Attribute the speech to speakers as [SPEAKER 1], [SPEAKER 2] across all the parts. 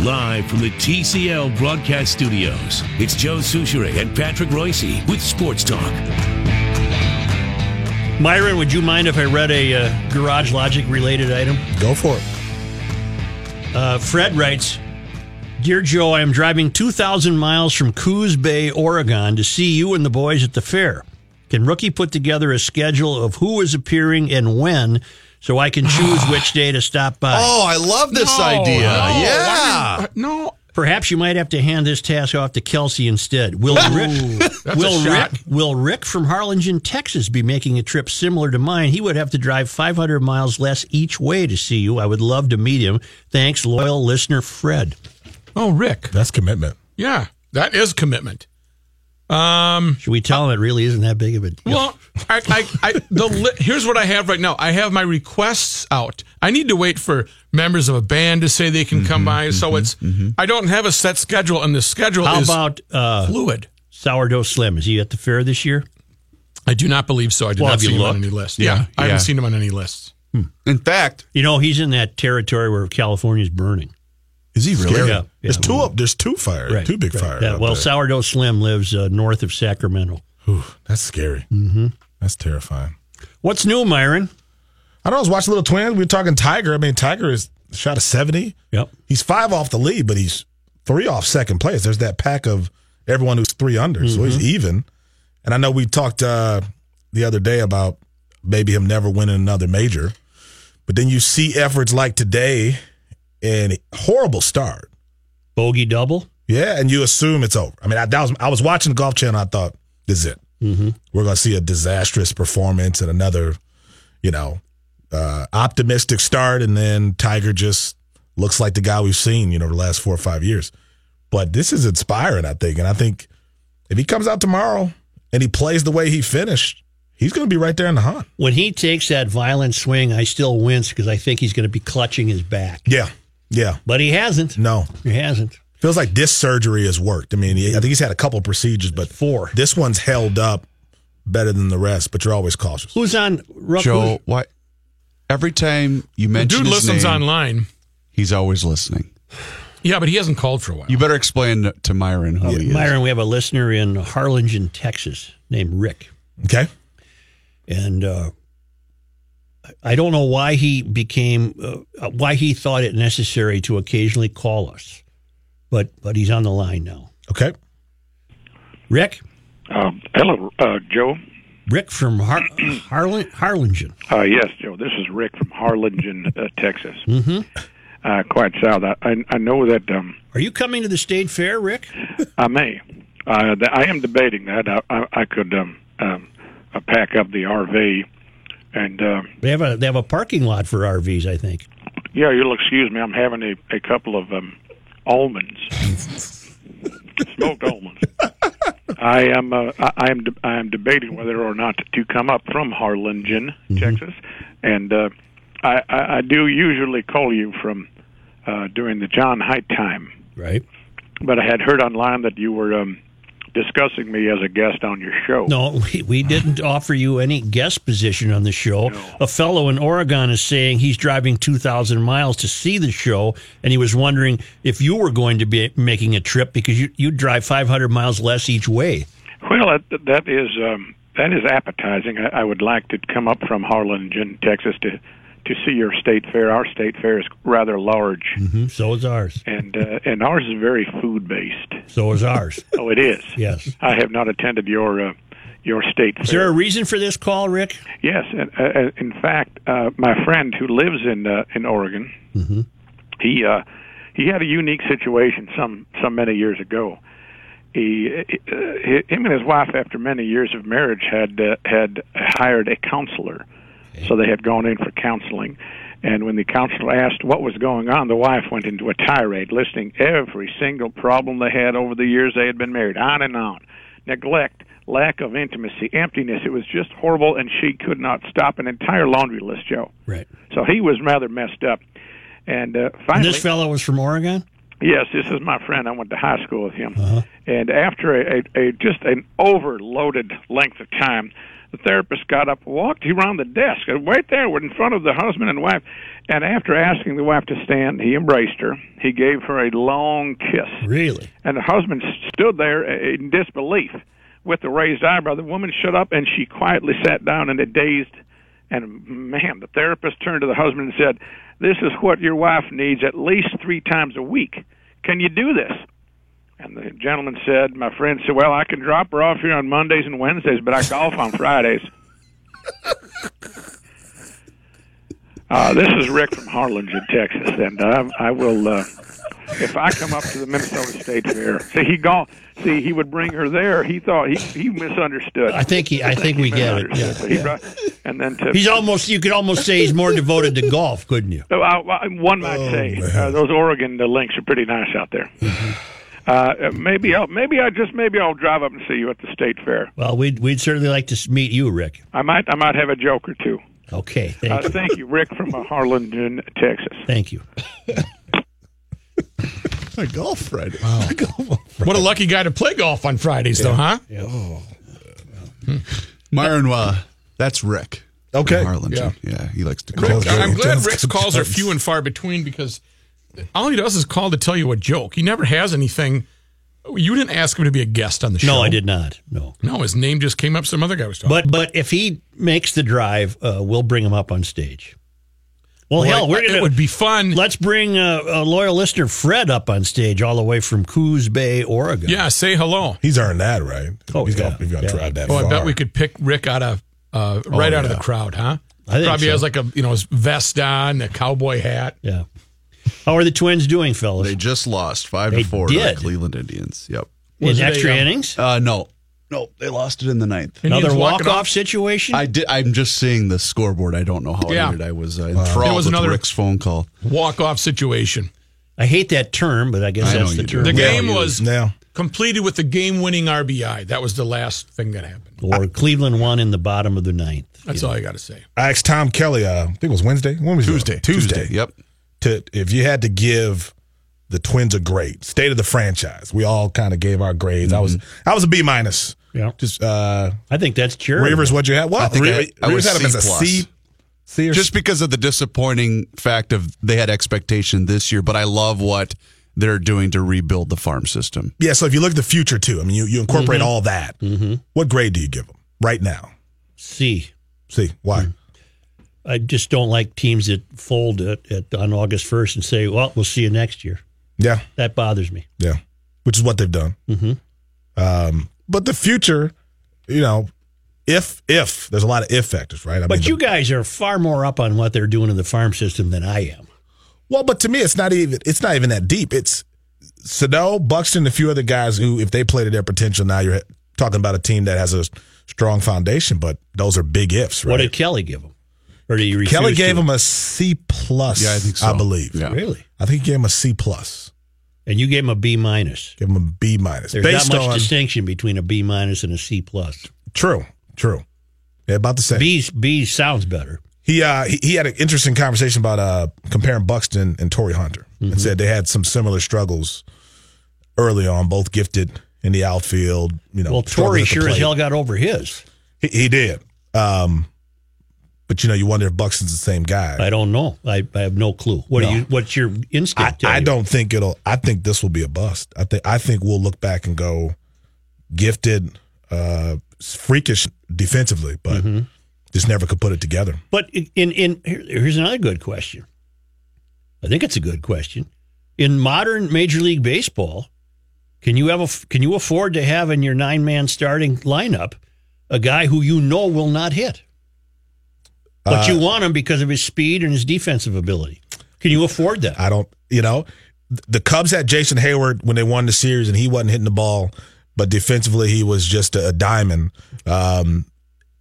[SPEAKER 1] Live from the TCL broadcast studios, it's Joe Souchere and Patrick Royce with Sports Talk.
[SPEAKER 2] Myron, would you mind if I read a uh, Garage Logic related item?
[SPEAKER 3] Go for it.
[SPEAKER 2] Uh, Fred writes Dear Joe, I am driving 2,000 miles from Coos Bay, Oregon to see you and the boys at the fair. Can Rookie put together a schedule of who is appearing and when so I can choose which day to stop by?
[SPEAKER 3] Oh, I love this idea. yeah.
[SPEAKER 4] uh, No.
[SPEAKER 2] Perhaps you might have to hand this task off to Kelsey instead. Will Rick, will Rick,
[SPEAKER 4] shot.
[SPEAKER 2] will Rick from Harlingen, Texas, be making a trip similar to mine? He would have to drive 500 miles less each way to see you. I would love to meet him. Thanks, loyal listener Fred.
[SPEAKER 4] Oh, Rick.
[SPEAKER 3] That's commitment.
[SPEAKER 4] Yeah, that is commitment. Um.
[SPEAKER 2] Should we tell him it really isn't that big of a deal?
[SPEAKER 4] Well, I, I, I the li- here's what I have right now. I have my requests out. I need to wait for members of a band to say they can come by. So it's I don't have a set schedule, and the schedule
[SPEAKER 2] How
[SPEAKER 4] is
[SPEAKER 2] about uh,
[SPEAKER 4] fluid.
[SPEAKER 2] Sourdough Slim? Is he at the fair this year?
[SPEAKER 4] I do not believe so. I did
[SPEAKER 2] Well,
[SPEAKER 4] not
[SPEAKER 2] have you
[SPEAKER 4] see him on
[SPEAKER 2] looked?
[SPEAKER 4] any list. Yeah, I
[SPEAKER 5] yeah.
[SPEAKER 4] haven't seen him on any lists.
[SPEAKER 5] In fact,
[SPEAKER 2] You know, he's in that territory where California's burning.
[SPEAKER 3] Is he
[SPEAKER 2] Yeah,
[SPEAKER 3] really?
[SPEAKER 2] yeah.
[SPEAKER 3] There's two up. There's two fires. Two big fires.
[SPEAKER 2] Yeah,
[SPEAKER 3] out
[SPEAKER 2] well,
[SPEAKER 3] there.
[SPEAKER 2] Sourdough Slim lives uh, north of Sacramento.
[SPEAKER 3] Whew, that's scary. Mm-hmm. That's terrifying.
[SPEAKER 2] What's new, Myron?
[SPEAKER 3] I don't know. I was watching Little Twins. We were talking Tiger. I mean, Tiger is shot a 70.
[SPEAKER 2] Yep.
[SPEAKER 3] He's five off the lead, but he's three off second place. There's that pack of everyone who's three under, so he's
[SPEAKER 2] Mm-hmm.
[SPEAKER 3] even. And I know we talked uh, the other day about maybe him never winning another major, but then you see efforts like today and horrible start.
[SPEAKER 2] Bogey double?
[SPEAKER 3] Yeah, and you assume it's over. I mean, I, that was I was watching Golf Channel. I thought this is it. We're going to see a disastrous performance and another, you know, uh, optimistic start, and then Tiger just looks like the guy we've seen, you know, the last four or five years. But this is inspiring, I think, and I think if he comes out tomorrow and he plays the way he finished, he's going to be right there in the hunt.
[SPEAKER 2] when he takes that violent swing, I still wince because I think he's going to be clutching his back.
[SPEAKER 3] Yeah, yeah.
[SPEAKER 2] But he hasn't.
[SPEAKER 3] No,
[SPEAKER 2] He hasn't.
[SPEAKER 3] feels like this surgery has worked. I mean, he- I think he's had a couple procedures, but
[SPEAKER 2] Four.
[SPEAKER 3] This one's held up better than the rest, but you're always cautious.
[SPEAKER 2] Who's on Rook?
[SPEAKER 5] Joe, why every time you
[SPEAKER 4] The
[SPEAKER 5] mention
[SPEAKER 4] dude
[SPEAKER 5] his
[SPEAKER 4] listens
[SPEAKER 5] name,
[SPEAKER 4] online.
[SPEAKER 5] he's always listening.
[SPEAKER 4] Yeah, but he hasn't called for a while.
[SPEAKER 5] You better explain to Myron who he is.
[SPEAKER 2] Myron, we have a listener in Harlingen, Texas, named Rick,
[SPEAKER 3] Okay.
[SPEAKER 2] and uh, I don't know why he became uh, why he thought it necessary to occasionally call us, but but he's on the line now.
[SPEAKER 3] Okay.
[SPEAKER 2] Rick,
[SPEAKER 6] Uh, hello, uh, Joe.
[SPEAKER 2] Rick from Har- Harlin- Harlingen.
[SPEAKER 6] Uh, yes, Joe. This is Rick from Harlingen, uh, Texas. Mm-hmm. Uh, quite south. I, I, I know that um,
[SPEAKER 2] Are you coming to the state fair, Rick?
[SPEAKER 6] I may. Uh, th- I am debating that. I, I, I could um, um, uh, pack up the RV, and uh,
[SPEAKER 2] They have a they have a parking lot for RVs, I think.
[SPEAKER 6] yeah, you'll excuse me. I'm having a, a couple of um, almonds, smoked almonds. I am. Uh, I, I am. De- I am debating whether or not to come up from Harlingen, Texas, and uh, I, I, I do usually call you from uh, during the John Height time.
[SPEAKER 2] Right.
[SPEAKER 6] But I had heard online that you were um, discussing me as a guest on your show.
[SPEAKER 2] No, we, we didn't offer you any guest position on the show. A fellow in Oregon is saying he's driving 2,000 miles to see the show, and he was wondering if you were going to be making a trip because you, you drive 500 miles less each way.
[SPEAKER 6] Well, that, that is um, that is appetizing. I, I would like to come up from Harlingen, Texas, to to see your state fair. Our state fair is rather large,
[SPEAKER 2] hmm So is ours.
[SPEAKER 6] and uh, and ours is very food based.
[SPEAKER 2] So is ours.
[SPEAKER 6] Oh, it is.
[SPEAKER 2] Yes.
[SPEAKER 6] I have not attended your uh, your state
[SPEAKER 2] Is there
[SPEAKER 6] fair.
[SPEAKER 2] a reason for this call, Rick?
[SPEAKER 6] Yes, and uh, uh, in fact, uh, my friend who lives in uh, in Oregon,
[SPEAKER 2] Mm-hmm.
[SPEAKER 6] he uh, he had a unique situation some some many years ago. He, uh, him and his wife, after many years of marriage, had uh, had hired a counselor, so they had gone in for counseling. And when the counselor asked what was going on, the wife went into a tirade, listing every single problem they had over the years they had been married, on and on. Neglect, lack of intimacy, emptiness. It was just horrible, and she could not stop an entire laundry list, Joe.
[SPEAKER 2] Right.
[SPEAKER 6] So he was rather messed up. And uh,
[SPEAKER 2] And
[SPEAKER 6] finally,
[SPEAKER 2] this fellow was from Oregon?
[SPEAKER 6] yes, this is my friend. I went to high school with him. And after a, a, a just an overloaded length of time, The therapist got up, walked around the desk, and right there, in front of the husband and wife. And after asking the wife to stand, he embraced her. He gave her a long kiss.
[SPEAKER 2] Really?
[SPEAKER 6] And the husband stood there in disbelief with the raised eyebrow. The woman shut up and she quietly sat down and it dazed. And man, the therapist turned to the husband and said, This is what your wife needs at least three times a week. Can you do this? And the gentleman said, My friend said, Well, I can drop her off here on Mondays and Wednesdays, but I golf on Fridays. Uh, this is Rick from Harlingen, Texas, and I, I will. Uh, if I come up to the Minnesota State Fair, see he gone. See he would bring her there. He thought he he misunderstood.
[SPEAKER 2] I think he. I think we get it.
[SPEAKER 6] misunderstood,
[SPEAKER 2] Yeah.
[SPEAKER 6] but he brought- And then to
[SPEAKER 2] He's almost. You could almost say he's more devoted to golf, couldn't you?
[SPEAKER 6] so I, I- one might
[SPEAKER 2] Oh,
[SPEAKER 6] say uh, those Oregon uh, links are pretty nice out there. Uh, maybe I'll maybe I just maybe I'll drive up and see you at the state fair.
[SPEAKER 2] Well, we'd we'd certainly like to s- meet you, Rick.
[SPEAKER 6] I might I might have a joke or two.
[SPEAKER 2] Okay. Thank
[SPEAKER 6] Uh,
[SPEAKER 2] you.
[SPEAKER 6] thank you, Rick from uh, Harlingen, Texas.
[SPEAKER 2] Thank you.
[SPEAKER 7] My golf Friday.
[SPEAKER 5] Uh,
[SPEAKER 4] What a lucky guy to play golf on Fridays, though, huh?
[SPEAKER 5] Myron, uh, that's Rick.
[SPEAKER 7] Okay.
[SPEAKER 5] Harlan. Yeah. he likes to call.
[SPEAKER 4] Rick,
[SPEAKER 5] us.
[SPEAKER 7] Rick,
[SPEAKER 4] I'm glad
[SPEAKER 7] Jones
[SPEAKER 4] Rick's
[SPEAKER 7] comes
[SPEAKER 4] calls are
[SPEAKER 7] times.
[SPEAKER 4] few and far between because all he does is call to tell you a joke. He never has anything. You didn't ask him to be a guest on the show.
[SPEAKER 2] No, I did not. No.
[SPEAKER 4] No, his name just came up. Some other guy was talking.
[SPEAKER 2] But but if he makes the drive, uh, we'll bring him up on stage. Well, hell, we're gonna.
[SPEAKER 4] it would be fun.
[SPEAKER 2] Let's bring uh, a loyal listener, Fred, up on stage, all the way from Coos Bay, Oregon.
[SPEAKER 4] yeah, say hello.
[SPEAKER 3] He's earned that, right?
[SPEAKER 2] Oh,
[SPEAKER 3] he's
[SPEAKER 2] yeah.
[SPEAKER 3] gonna, he's gonna
[SPEAKER 2] Yeah.
[SPEAKER 3] try that.
[SPEAKER 4] Oh, I
[SPEAKER 3] far.
[SPEAKER 4] bet we could pick Rick out of uh, right out of the
[SPEAKER 3] yeah.
[SPEAKER 4] crowd, huh?
[SPEAKER 2] I think
[SPEAKER 4] Probably
[SPEAKER 2] so.
[SPEAKER 4] has like a you know his vest on, a cowboy hat.
[SPEAKER 2] yeah. How are the Twins doing, fellas?
[SPEAKER 5] They just lost five
[SPEAKER 2] They
[SPEAKER 5] to four to
[SPEAKER 2] did.
[SPEAKER 5] the Cleveland Indians. Yep.
[SPEAKER 2] in
[SPEAKER 4] was it a,
[SPEAKER 2] extra
[SPEAKER 4] um,
[SPEAKER 2] innings,
[SPEAKER 5] Uh, no, no, they lost it in the ninth.
[SPEAKER 2] another
[SPEAKER 4] Indians walking
[SPEAKER 2] walk off situation.
[SPEAKER 5] I did. I'm just seeing the scoreboard. I don't know how
[SPEAKER 4] Yeah.
[SPEAKER 5] I ended. I was uh, enthralled
[SPEAKER 4] It was
[SPEAKER 5] with
[SPEAKER 4] another-
[SPEAKER 5] Rick's phone call.
[SPEAKER 4] walk off situation.
[SPEAKER 2] I hate that term, but I guess
[SPEAKER 5] I know
[SPEAKER 2] that's the
[SPEAKER 5] you do.
[SPEAKER 2] term.
[SPEAKER 4] The
[SPEAKER 5] Yeah,
[SPEAKER 4] game
[SPEAKER 5] you-
[SPEAKER 4] was
[SPEAKER 3] now.
[SPEAKER 4] completed with the game winning RBI. That was the last thing that happened.
[SPEAKER 2] or Cleveland won in the bottom of the ninth.
[SPEAKER 4] That's all I got to say.
[SPEAKER 3] I asked Tom Kelly. Uh, I think it was Wednesday. When was it?
[SPEAKER 5] Tuesday.
[SPEAKER 3] Tuesday.
[SPEAKER 5] Yep.
[SPEAKER 3] To if you had to give the Twins a grade, state of the franchise. We all kind of gave our grades. I was I was a B minus.
[SPEAKER 2] Yeah.
[SPEAKER 3] Just uh,
[SPEAKER 2] I think that's charitable.
[SPEAKER 3] Reavers, what you had? Well,
[SPEAKER 5] I think
[SPEAKER 3] Reavers,
[SPEAKER 5] I- I was
[SPEAKER 3] Reavers had him as a
[SPEAKER 5] C plus.
[SPEAKER 3] C. C or
[SPEAKER 5] Just because of the disappointing fact of they had expectation this year, but I love what they're doing to rebuild the farm system.
[SPEAKER 3] Yeah, so if you look at the future too, I mean, you, you incorporate
[SPEAKER 5] Mm-hmm.
[SPEAKER 3] all that. What grade do you give them right now?
[SPEAKER 2] C.
[SPEAKER 3] See why?
[SPEAKER 5] Mm.
[SPEAKER 2] I just don't like teams that fold at, at, on August first and say, "Well, we'll see you next year."
[SPEAKER 3] Yeah,
[SPEAKER 2] That bothers me.
[SPEAKER 3] yeah, which is what they've done.
[SPEAKER 5] Mm-hmm.
[SPEAKER 3] Um, but the future, you know, if if there's a lot of if factors, right? I
[SPEAKER 2] But
[SPEAKER 3] mean,
[SPEAKER 2] you
[SPEAKER 3] the-
[SPEAKER 2] guys are far more up on what they're doing in the farm system than I am.
[SPEAKER 3] well, but to me, it's not even it's not even that deep. It's Sano, Buxton, a few other guys who, if they play to their potential, now you're talking about a team that has a strong foundation. But those are big ifs, right?
[SPEAKER 2] What did Kelly give him? Or did you refuse
[SPEAKER 3] Kelly gave
[SPEAKER 2] to?
[SPEAKER 3] him a C plus.
[SPEAKER 5] Yeah, I think so.
[SPEAKER 3] I believe.
[SPEAKER 5] Yeah.
[SPEAKER 2] really,
[SPEAKER 3] I think he gave him a C plus.
[SPEAKER 2] and you gave him a B minus.
[SPEAKER 3] Give him a B minus.
[SPEAKER 2] There's
[SPEAKER 3] Based
[SPEAKER 2] not much
[SPEAKER 3] on
[SPEAKER 2] distinction between a B minus and a C plus.
[SPEAKER 3] true, true. Yeah, about the same.
[SPEAKER 2] B B sounds better.
[SPEAKER 3] He uh he, he had an interesting conversation about uh comparing Buxton and Torrey Hunter
[SPEAKER 2] Mm-hmm.
[SPEAKER 3] and said they had some similar struggles early on, both gifted in the outfield. You know,
[SPEAKER 2] Well,
[SPEAKER 3] struggled
[SPEAKER 2] Torrey
[SPEAKER 3] at the
[SPEAKER 2] sure as
[SPEAKER 3] plate.
[SPEAKER 2] hell got over his.
[SPEAKER 3] he, he did. Um, but you know, you wonder if Buxton's the same guy.
[SPEAKER 2] I don't know. I, I have no clue. What do you? What's your
[SPEAKER 3] I,
[SPEAKER 2] instinct? tell
[SPEAKER 3] I
[SPEAKER 2] you?
[SPEAKER 3] don't think it'll. I think this will be a bust. I think I think we'll look back and go, gifted, uh, freakish defensively, but
[SPEAKER 2] Mm-hmm.
[SPEAKER 3] just never could put it together.
[SPEAKER 2] But in in here, here's another good question. I think it's a good question. In modern Major League Baseball, can you have a can you afford to have in your nine man starting lineup a guy who you know will not hit, but
[SPEAKER 3] Uh,
[SPEAKER 2] you want him because of his speed and his defensive ability? Can you afford that?
[SPEAKER 3] I don't, you know, th- the Cubs had Jason Hayward when they won the series, and he wasn't hitting the ball, but defensively he was just a, a diamond. Um,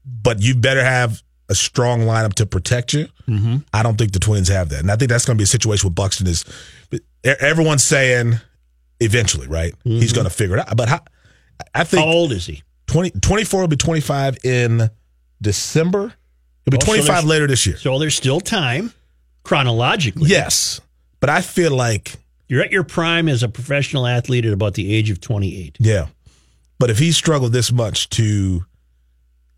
[SPEAKER 3] but you better have a strong lineup to protect you. Mm-hmm. I don't think the Twins have that, and I think that's going to be a situation with Buxton. Is e- everyone's saying eventually, right? He's going to figure it out, but how, I think
[SPEAKER 2] How old is he?
[SPEAKER 3] 20, 24 will be twenty five in December.
[SPEAKER 2] Oh,
[SPEAKER 3] It'll be
[SPEAKER 2] so
[SPEAKER 3] twenty five
[SPEAKER 2] there's-
[SPEAKER 3] later this year.
[SPEAKER 2] So there's still time chronologically.
[SPEAKER 3] yes, but I feel like.
[SPEAKER 2] You're at your prime as a professional athlete at about the age of 28.
[SPEAKER 3] Yeah. But if he struggled this much to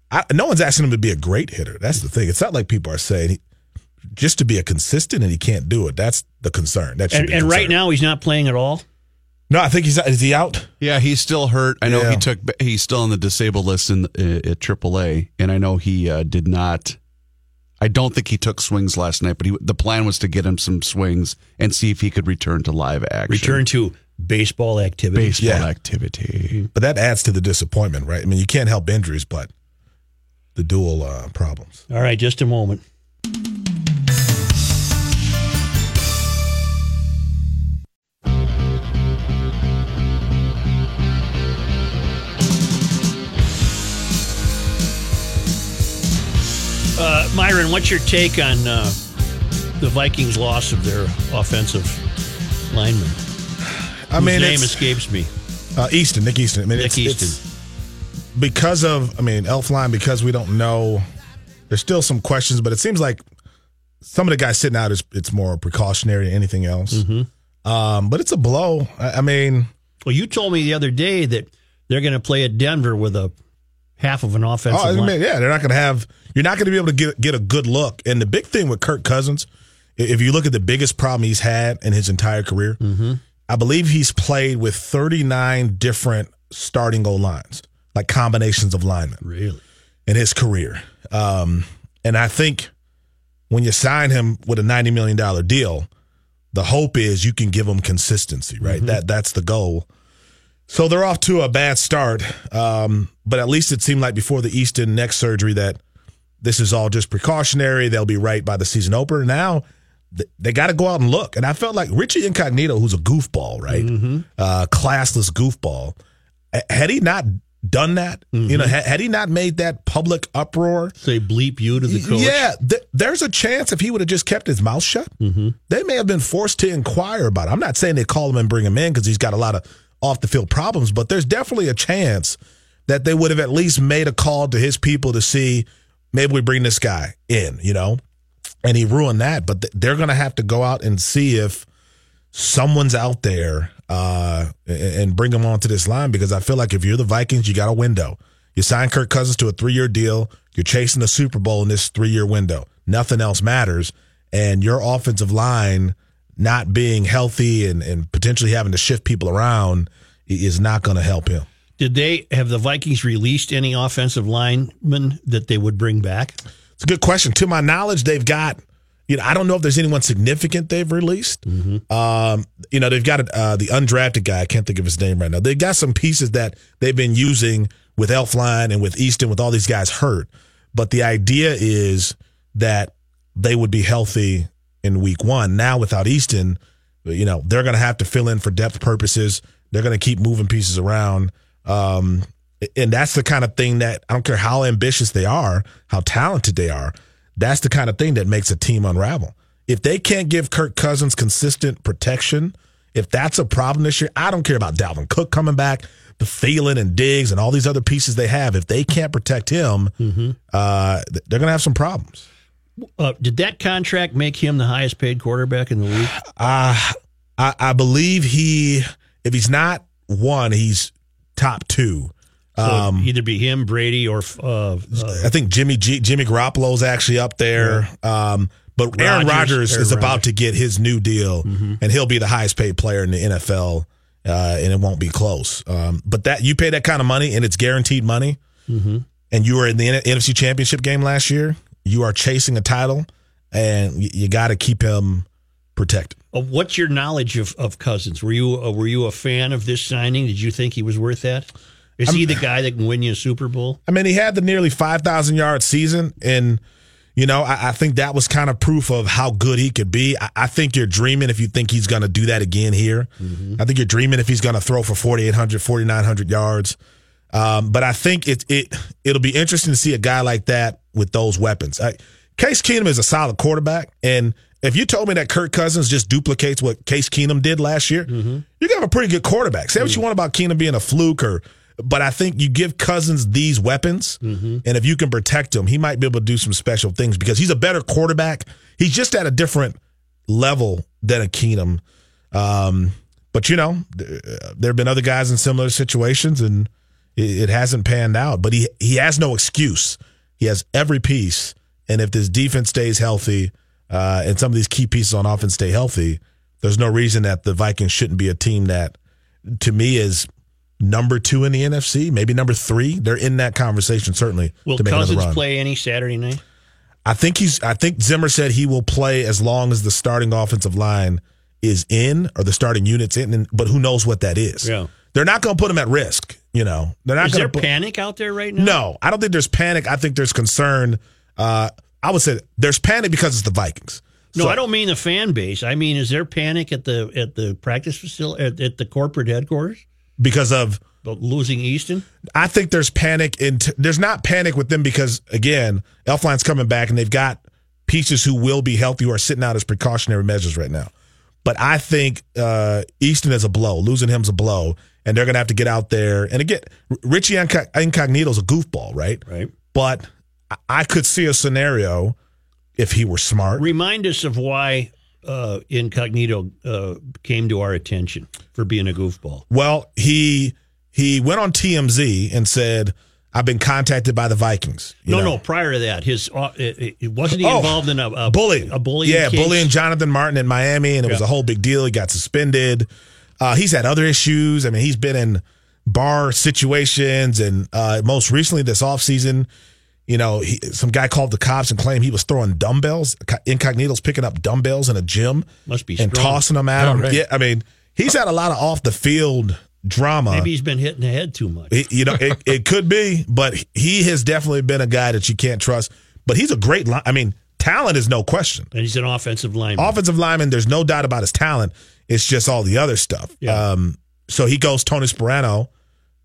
[SPEAKER 3] I, no one's asking him to be a great hitter. That's the thing. It's not like people are saying he, just to be a consistent and he can't do it. That's the concern. That should
[SPEAKER 2] And,
[SPEAKER 3] be
[SPEAKER 2] and right
[SPEAKER 3] concern.
[SPEAKER 2] now, he's not playing at all.
[SPEAKER 3] no, I think he's is he out?
[SPEAKER 5] Yeah, he's still hurt. I know
[SPEAKER 3] Yeah.
[SPEAKER 5] he took. He's still on the disabled list in uh, at AAA, and I know he uh, did not. I don't think he took swings last night, but he, the plan was to get him some swings and see if he could return to live action,
[SPEAKER 2] Return to baseball activity.
[SPEAKER 5] baseball
[SPEAKER 3] Yeah.
[SPEAKER 5] activity.
[SPEAKER 3] But that adds to the disappointment, right? I mean, you can't help injuries, but the dual uh, problems.
[SPEAKER 2] All right, just a moment. Uh, Myron, what's your take on uh, the Vikings' loss of their offensive lineman?
[SPEAKER 3] I
[SPEAKER 2] His
[SPEAKER 3] mean,
[SPEAKER 2] name
[SPEAKER 3] it's-
[SPEAKER 2] escapes me.
[SPEAKER 3] Uh, Easton, Nick Easton. I mean,
[SPEAKER 2] Nick
[SPEAKER 3] it's,
[SPEAKER 2] Easton.
[SPEAKER 3] it's- because of, I mean, Elf Line, because we don't know, there's still some questions, but it seems like some of the guys sitting out is it's more precautionary than anything else. Um, but it's a blow. I, I mean,
[SPEAKER 2] Well, you told me the other day that they're going to play at Denver with a half of an offensive
[SPEAKER 3] oh, I
[SPEAKER 2] line.
[SPEAKER 3] mean, yeah, they're not going to have, you're not going to be able to get, get a good look. And the big thing with Kirk Cousins, i- if you look at the biggest problem he's had in his entire career,
[SPEAKER 2] Mm-hmm.
[SPEAKER 3] I believe he's played with 39 different starting O lines, like combinations of linemen.
[SPEAKER 2] Really?
[SPEAKER 3] in his career. Um, and I think when you sign him with a ninety million dollar deal, the hope is you can give him consistency, right?
[SPEAKER 2] Mm-hmm.
[SPEAKER 3] That that's the goal. So they're off to a bad start, um, but at least it seemed like before the Easton neck surgery that this is all just precautionary. They'll be right by the season opener. Now th- they got to go out and look. And I felt like Richie Incognito, who's a goofball, right, uh, classless goofball, h- had he not done that, you know, had, had he not made that public uproar,
[SPEAKER 2] Say bleep you to the coach.
[SPEAKER 3] yeah, th- there's a chance if he would have just kept his mouth shut,
[SPEAKER 2] Mm-hmm.
[SPEAKER 3] they may have been forced to inquire about it. I'm not saying they call him and bring him in because he's got a lot of off the field problems, but there's definitely a chance that they would have at least made a call to his people to see maybe we bring this guy in, you know? And he ruined that, but th- they're going to have to go out and see if someone's out there uh, and, and bring them onto this line because I feel like if you're the Vikings, you got a window. You sign Kirk Cousins to a three year deal. You're chasing the Super Bowl in this three year window. Nothing else matters. And your offensive line not being healthy and, and potentially having to shift people around i- is not going to help him.
[SPEAKER 2] Did they have the Vikings released any offensive linemen that they would bring back?
[SPEAKER 3] It's a good question. To my knowledge, they've got. You know, I don't know if there's anyone significant they've released. Um, you know, they've got uh, the undrafted guy. I can't think of his name right now. They've got some pieces that they've been using with Elfline and with Easton, with all these guys hurt. But the idea is that they would be healthy in week one. Now, without Easton, you know, they're going to have to fill in for depth purposes. They're going to keep moving pieces around. Um, and that's the kind of thing that I don't care how ambitious they are, how talented they are. That's the kind of thing that makes a team unravel. If they can't give Kirk Cousins consistent protection, if that's a problem this year, I don't care about Dalvin Cook coming back, the Thielen and Diggs and all these other pieces they have. If they can't protect him, uh, th- they're going to have some problems.
[SPEAKER 2] Uh, did that contract make him the highest paid quarterback in the league?
[SPEAKER 3] Uh, I, I believe he, if he's not one, he's top two.
[SPEAKER 2] So
[SPEAKER 3] Um,
[SPEAKER 2] it'd either be him, Brady, or uh, uh,
[SPEAKER 3] I think Jimmy G, Jimmy Garoppolo's actually up there. Um, but Aaron
[SPEAKER 2] Rodgers,
[SPEAKER 3] Rodgers
[SPEAKER 2] Aaron
[SPEAKER 3] is about
[SPEAKER 2] Rodgers. Mm-hmm.
[SPEAKER 3] to get his new deal, and he'll be the highest paid player in the NFL, uh, and it won't be close. Um, but that you pay that kind of money, and it's guaranteed money,
[SPEAKER 2] Mm-hmm.
[SPEAKER 3] and you were in the N- NFC Championship game last year. You are chasing a title, and y- you got to keep him protected.
[SPEAKER 2] uh, what's your knowledge of, of Cousins? Were you uh, were you a fan of this signing? Did you think he was worth that? Is he the guy that can win you a Super Bowl?
[SPEAKER 3] I mean, he had the nearly 5,000 yard season, and, you know, I, I think that was kind of proof of how good he could be. I, I think you're dreaming if you think he's going to do that again here. I think you're dreaming if he's going to throw for 4,800, 4,900 yards. Um, but I think it it it'll be interesting to see a guy like that with those weapons. I, Case Keenum is a solid quarterback, and if you told me that Kirk Cousins just duplicates what Case Keenum did last year, you have a pretty good quarterback. Say what you want about Keenum being a fluke, or but I think you give Cousins these weapons, and if you can protect him, he might be able to do some special things because he's a better quarterback. He's just at a different level than a Keenum. Um, but you know, th- uh, there have been other guys in similar situations, and It, it hasn't panned out, but he he has no excuse. He has every piece, and if this defense stays healthy, uh, and some of these key pieces on offense stay healthy, there's no reason that the Vikings shouldn't be a team that, to me, is number two in the NFC, maybe number three. They're in that conversation certainly
[SPEAKER 2] Will
[SPEAKER 3] to make another
[SPEAKER 2] Cousins
[SPEAKER 3] run.
[SPEAKER 2] play any Saturday night?
[SPEAKER 3] I think he's. I think Zimmer said he will play as long as the starting offensive line is in or the starting units in. And, but who knows what that is?
[SPEAKER 2] Yeah.
[SPEAKER 3] they're not going to put him at risk. You know, they're not
[SPEAKER 2] Is
[SPEAKER 3] going
[SPEAKER 2] there
[SPEAKER 3] to put.
[SPEAKER 2] panic out there right now?
[SPEAKER 3] no, I don't think there's panic. I think there's concern. Uh, I would say there's panic because it's the Vikings.
[SPEAKER 2] No,
[SPEAKER 3] So-
[SPEAKER 2] I don't mean the fan base. I mean, is there panic at the at the practice facility at, at the corporate headquarters
[SPEAKER 3] because of
[SPEAKER 2] about losing Easton?
[SPEAKER 3] I think there's panic in t- there's not panic with them because again, Elfline's coming back and they've got pieces who will be healthy who are sitting out as precautionary measures right now. But I think uh, Easton is a blow. Losing him's a blow, and they're gonna have to get out there. And again, R- Richie Inco- Incognito's a goofball, right?
[SPEAKER 2] Right.
[SPEAKER 3] But I-, I could see a scenario if he were smart.
[SPEAKER 2] Remind us of why uh, Incognito uh, came to our attention for being a goofball.
[SPEAKER 3] Well, he he went on TMZ and said, "I've been contacted by the Vikings." you
[SPEAKER 2] No,
[SPEAKER 3] know?
[SPEAKER 2] no. Prior to that, his uh, it, it, wasn't he
[SPEAKER 3] Oh,
[SPEAKER 2] involved in a, a
[SPEAKER 3] bullying.
[SPEAKER 2] A bullying.
[SPEAKER 3] Yeah,
[SPEAKER 2] case?
[SPEAKER 3] bullying Jonathan Martin in Miami, and it was
[SPEAKER 2] Yeah.
[SPEAKER 3] a whole big deal. He got suspended. Uh, he's had other issues. I mean, he's been in bar situations, and uh, most recently this offseason, you know, he, some guy called the cops and claimed he was throwing dumbbells. Incognito's picking up dumbbells in a gym
[SPEAKER 2] Must be
[SPEAKER 3] and
[SPEAKER 2] strong.
[SPEAKER 3] tossing them at him.
[SPEAKER 4] All right.
[SPEAKER 3] Yeah, I mean, he's had a lot of off the field drama.
[SPEAKER 2] Maybe he's been hitting the head too much.
[SPEAKER 3] It- you know, it, it could be, but he has definitely been a guy that you can't trust. But he's a great line. I mean, talent is no question.
[SPEAKER 2] and he's an offensive lineman.
[SPEAKER 3] Offensive lineman, there's no doubt about his talent. It's just all the other stuff.
[SPEAKER 2] Yeah.
[SPEAKER 3] Um, so he goes, Tony Sperano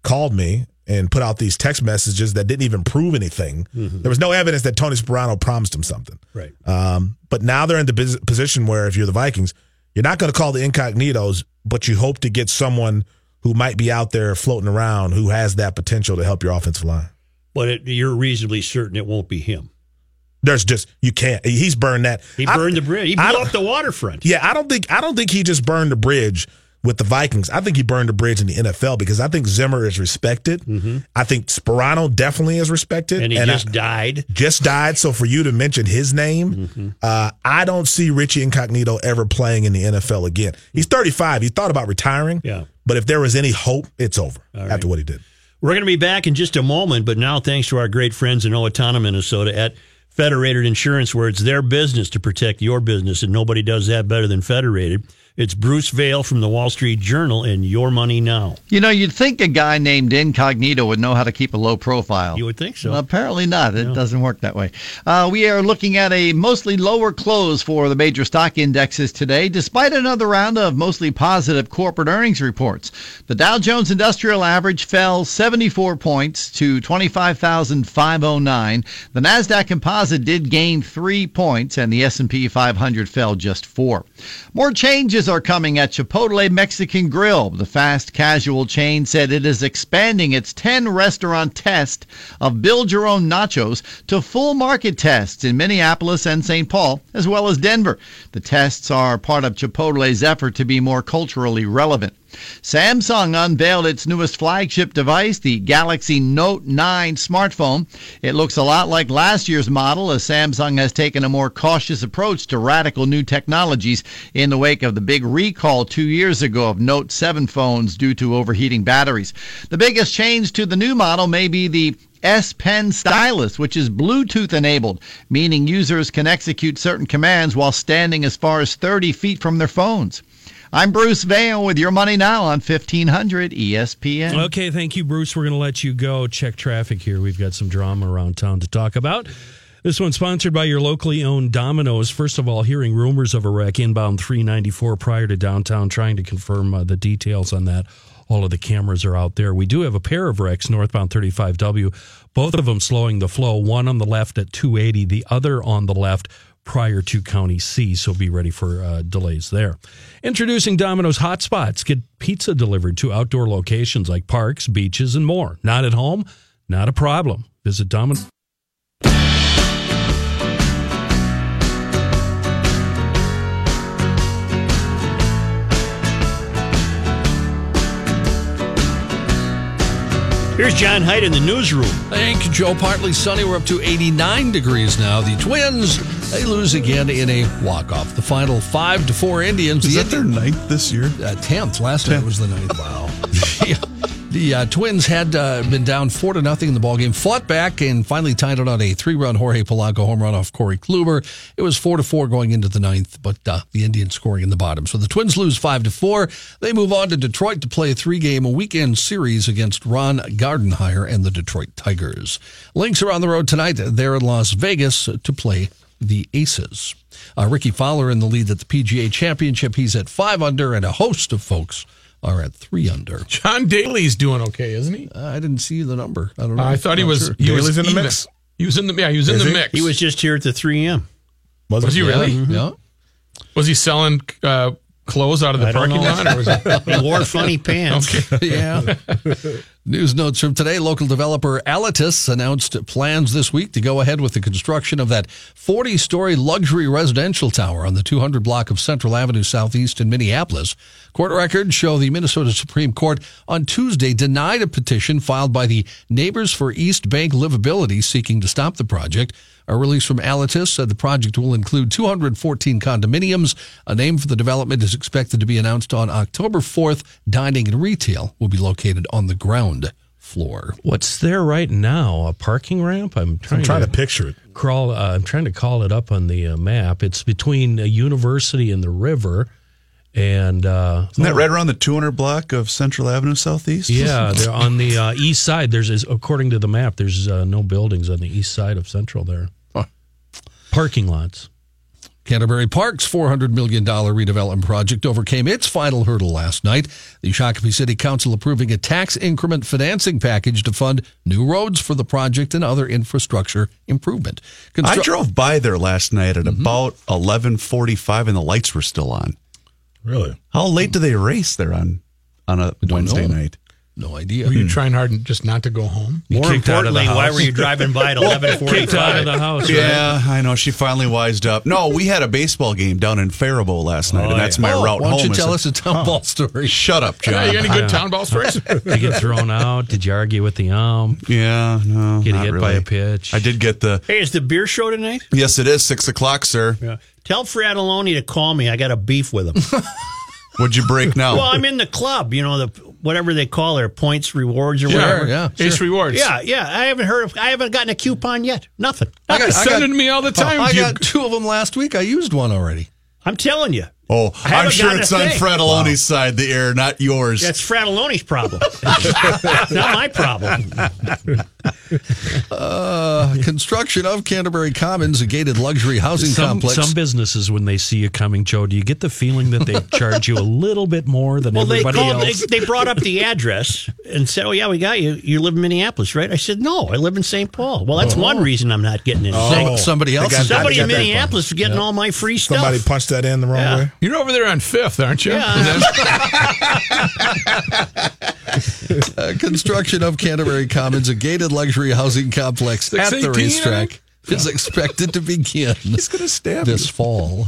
[SPEAKER 3] called me and put out these text messages that didn't even prove anything.
[SPEAKER 2] Mm-hmm.
[SPEAKER 3] There was no evidence that Tony Sperano promised him something.
[SPEAKER 2] right.
[SPEAKER 3] Um, but now they're in the bus- position where if you're the Vikings, you're not going to call the incognitos, but you hope to get someone who might be out there floating around who has that potential to help your offensive line.
[SPEAKER 2] But it, you're reasonably certain it won't be him.
[SPEAKER 3] There's just you can't. He's burned that.
[SPEAKER 2] He
[SPEAKER 3] I-
[SPEAKER 2] burned the bridge. He
[SPEAKER 3] I
[SPEAKER 2] blew
[SPEAKER 3] don't-
[SPEAKER 2] up the waterfront.
[SPEAKER 3] Yeah, I don't think I don't think he just burned the bridge with the Vikings. I think he burned the bridge in the NFL because I think Zimmer is respected. I think Sperano definitely is respected,
[SPEAKER 2] Mm-hmm. And he
[SPEAKER 3] I-
[SPEAKER 2] just died.
[SPEAKER 3] just died. So for you to mention his name,
[SPEAKER 2] Mm-hmm.
[SPEAKER 3] uh, I don't see Richie Incognito ever playing in the NFL again. He's 35. He thought about retiring.
[SPEAKER 2] Yeah.
[SPEAKER 3] But if there was any hope, it's over
[SPEAKER 2] All right.
[SPEAKER 3] after what he did.
[SPEAKER 2] We're going to be back in just a moment, but now thanks to our great friends in Owatonna, Minnesota at Federated Insurance, where it's their business to protect your business, and nobody does that better than Federated. It's Bruce Vail from the Wall Street Journal and Your Money Now.
[SPEAKER 7] You know, you'd think a guy named Incognito would know how to keep a low profile.
[SPEAKER 2] You would think so.
[SPEAKER 7] Well, apparently not. It doesn't work that way. Uh, we are looking at a mostly lower close for the major stock indexes today, despite another round of mostly positive corporate earnings reports. The Dow Jones Industrial Average fell 74 points to 25,509. The Nasdaq Composite did gain three points, and the S&P 500 fell just four. More changes are coming at Chipotle Mexican Grill. The fast casual chain said it is expanding its 10 restaurant test of build your own nachos to full market tests in Minneapolis and St. Paul, as well as Denver. The tests are part of Chipotle's effort to be more culturally relevant. Samsung unveiled its newest flagship device, the Galaxy Note 9 smartphone. It looks a lot like last year's model, as Samsung has taken a more cautious approach to radical new technologies in the wake of the big recall two years ago of Note 7 phones due to overheating batteries. The biggest change to the new model may be the S Pen Stylus, which is Bluetooth enabled, meaning users can execute certain commands while standing as far as 30 feet from their phones. I'm Bruce Vail with Your Money Now on E 1500 ESPN.
[SPEAKER 8] Okay, thank you, Bruce. We're going to let you go. Check traffic here. We've got some drama around town to talk about. This one's sponsored by your locally owned Domino's. First of all, hearing rumors of a wreck inbound 394 prior to downtown, trying to confirm uh, the details on that. All of the cameras are out there. We do have a pair of wrecks northbound 35W, both of them slowing the flow, one on the left at 280, the other on the left prior to County C, so be ready for uh, delays there. Introducing Domino's Hotspots. Get pizza delivered to outdoor locations like parks, beaches, and more. Not at home? Not a problem. Visit Domino's.
[SPEAKER 2] Here's John Hyde in the newsroom.
[SPEAKER 9] Thank you, Joe. Partly sunny. We're up to 89 degrees now. The Twins, they lose again in a walk-off. The final five to four Indians.
[SPEAKER 5] Is
[SPEAKER 9] the
[SPEAKER 5] that their ninth this year?
[SPEAKER 9] uh, 10th. Last night was the ninth. Wow. The- The uh, Twins had uh, been down four to nothing in the ballgame, fought back, and finally tied it on a three-run Jorge Polanco home run off Corey Kluber. It was four to four going into the ninth, but uh, the Indians scoring in the bottom. So the Twins lose five to four. They move on to Detroit to play a three-game weekend series against Ron Gardenhire and the Detroit Tigers. Lynx are on the road tonight. They're in Las Vegas to play the Aces. Uh, Ricky Fowler in the lead at the PGA Championship. He's at five under, and a host of folks are at three under.
[SPEAKER 4] John Daly's doing okay, isn't he?
[SPEAKER 9] I didn't see the number. I don't know.
[SPEAKER 4] I thought he
[SPEAKER 9] Not
[SPEAKER 4] was.
[SPEAKER 9] sure.
[SPEAKER 4] He was
[SPEAKER 3] Daly's in the
[SPEAKER 4] even.
[SPEAKER 3] mix?
[SPEAKER 4] He was in the yeah. He was in
[SPEAKER 3] Is
[SPEAKER 4] the
[SPEAKER 3] he?
[SPEAKER 4] mix.
[SPEAKER 2] He was just here at the 3M.
[SPEAKER 4] Was he
[SPEAKER 9] Yeah,
[SPEAKER 4] really?
[SPEAKER 9] yeah.
[SPEAKER 4] Was he selling uh, clothes out of the
[SPEAKER 2] I don't
[SPEAKER 4] parking
[SPEAKER 2] know.
[SPEAKER 4] lot? Or was it?
[SPEAKER 2] He wore funny pants.
[SPEAKER 4] okay.
[SPEAKER 9] yeah. News notes from today local developer Alatus announced plans this week to go ahead with the construction of that 40 story luxury residential tower on the 200 block of Central Avenue Southeast in Minneapolis. Court records show the Minnesota Supreme Court on Tuesday denied a petition filed by the Neighbors for East Bank Livability seeking to stop the project. A release from Alatus said the project will include 214 condominiums. A name for the development is expected to be announced on October 4th. Dining and retail will be located on the ground floor.
[SPEAKER 8] What's there right now? A parking ramp? I'm trying,
[SPEAKER 3] I'm trying to picture it.
[SPEAKER 8] crawl. Uh, I'm trying to call it up on the uh, map. It's between a university and the river, and uh,
[SPEAKER 5] Isn't that right around the 200 block of Central Avenue Southeast?
[SPEAKER 8] yeah, they're on the uh, east side. There's, is- according to the map, there's uh, no buildings on the east side of Central. There, parking lots.
[SPEAKER 9] Canterbury Park's $400 million redevelopment project overcame its final hurdle last night. The Shakopee City Council approving a tax increment financing package to fund new roads for the project and other infrastructure improvement.
[SPEAKER 5] I
[SPEAKER 9] Constru-
[SPEAKER 5] drove by there last night at about 11:45 and the lights were still on.
[SPEAKER 3] Really?
[SPEAKER 5] How late do they race there on on a Wednesday
[SPEAKER 9] know.
[SPEAKER 5] night?
[SPEAKER 9] no idea.
[SPEAKER 4] Were you trying hard and just not to go home?
[SPEAKER 2] More
[SPEAKER 5] kicked out of the
[SPEAKER 2] importantly, why
[SPEAKER 5] house.
[SPEAKER 2] were you driving by at
[SPEAKER 8] Kicked out of
[SPEAKER 2] 11:45?
[SPEAKER 8] the house. right?
[SPEAKER 5] Yeah, I know. She finally wised up. No, we had a baseball game down in Faribault last night, and that's my
[SPEAKER 9] Oh,
[SPEAKER 5] route
[SPEAKER 9] why don't
[SPEAKER 5] home.
[SPEAKER 9] you
[SPEAKER 5] is
[SPEAKER 9] tell
[SPEAKER 5] a- Oh.
[SPEAKER 9] us a town ball story?
[SPEAKER 5] Shut up,
[SPEAKER 4] Yeah,
[SPEAKER 5] John.
[SPEAKER 4] you got any good town ball stories?
[SPEAKER 8] Did you get thrown out? Did you argue with the um, ump?
[SPEAKER 5] Yeah, no,
[SPEAKER 8] Get
[SPEAKER 5] not
[SPEAKER 8] hit
[SPEAKER 5] really.
[SPEAKER 8] by a pitch?
[SPEAKER 5] I did get the.
[SPEAKER 2] Hey, is the beer show tonight?
[SPEAKER 5] Yes, it is six o'clock, sir.
[SPEAKER 2] Yeah. Tell Fratelloni to call me. I got a beef with him.
[SPEAKER 5] Would you break now?
[SPEAKER 2] well, I'm in the club, you know, the whatever they call their points rewards or whatever.
[SPEAKER 9] yeah,
[SPEAKER 4] Ace
[SPEAKER 9] sure.
[SPEAKER 4] Rewards.
[SPEAKER 2] Yeah, yeah. I haven't heard of. I haven't gotten a coupon yet. Nothing.
[SPEAKER 5] I got- I got-
[SPEAKER 4] Sending me all the time.
[SPEAKER 5] I
[SPEAKER 4] Do you-
[SPEAKER 5] got-
[SPEAKER 9] Oh, Two of them last week. I used one already.
[SPEAKER 2] I'm telling you,
[SPEAKER 5] oh, I'm
[SPEAKER 2] haven't
[SPEAKER 5] sure
[SPEAKER 2] gotten a
[SPEAKER 5] it's on
[SPEAKER 2] thing.
[SPEAKER 5] Fratelloni's side the air, not yours.
[SPEAKER 2] that's Fratelloni's problem. It's not my problem.
[SPEAKER 9] Uh, construction of Canterbury Commons, a gated luxury housing
[SPEAKER 8] Some,
[SPEAKER 9] complex.
[SPEAKER 8] some businesses, when they see you coming, Joe, do you get the feeling that they charge you a little bit more than
[SPEAKER 2] Well, they
[SPEAKER 8] everybody
[SPEAKER 2] called. They,
[SPEAKER 8] else?
[SPEAKER 2] they brought up the address and said, "Oh yeah, we got you. You live in Minneapolis, right?" I said, "No, I live in St. Paul." Well, that's
[SPEAKER 8] Oh.
[SPEAKER 2] one reason I'm not getting in.
[SPEAKER 9] Some- somebody else.
[SPEAKER 3] got
[SPEAKER 9] is-
[SPEAKER 3] that.
[SPEAKER 2] Oh, Somebody in
[SPEAKER 3] got that
[SPEAKER 2] Minneapolis is getting all my free stuff.
[SPEAKER 3] Somebody punched that in the wrong
[SPEAKER 2] Yeah.
[SPEAKER 3] way.
[SPEAKER 4] You're over there on Fifth, aren't you?
[SPEAKER 2] Yeah.
[SPEAKER 9] uh, construction of Canterbury Commons, a gated luxury housing complex at the
[SPEAKER 4] 618,
[SPEAKER 9] racetrack, is expected to begin. He's going to stab this fall.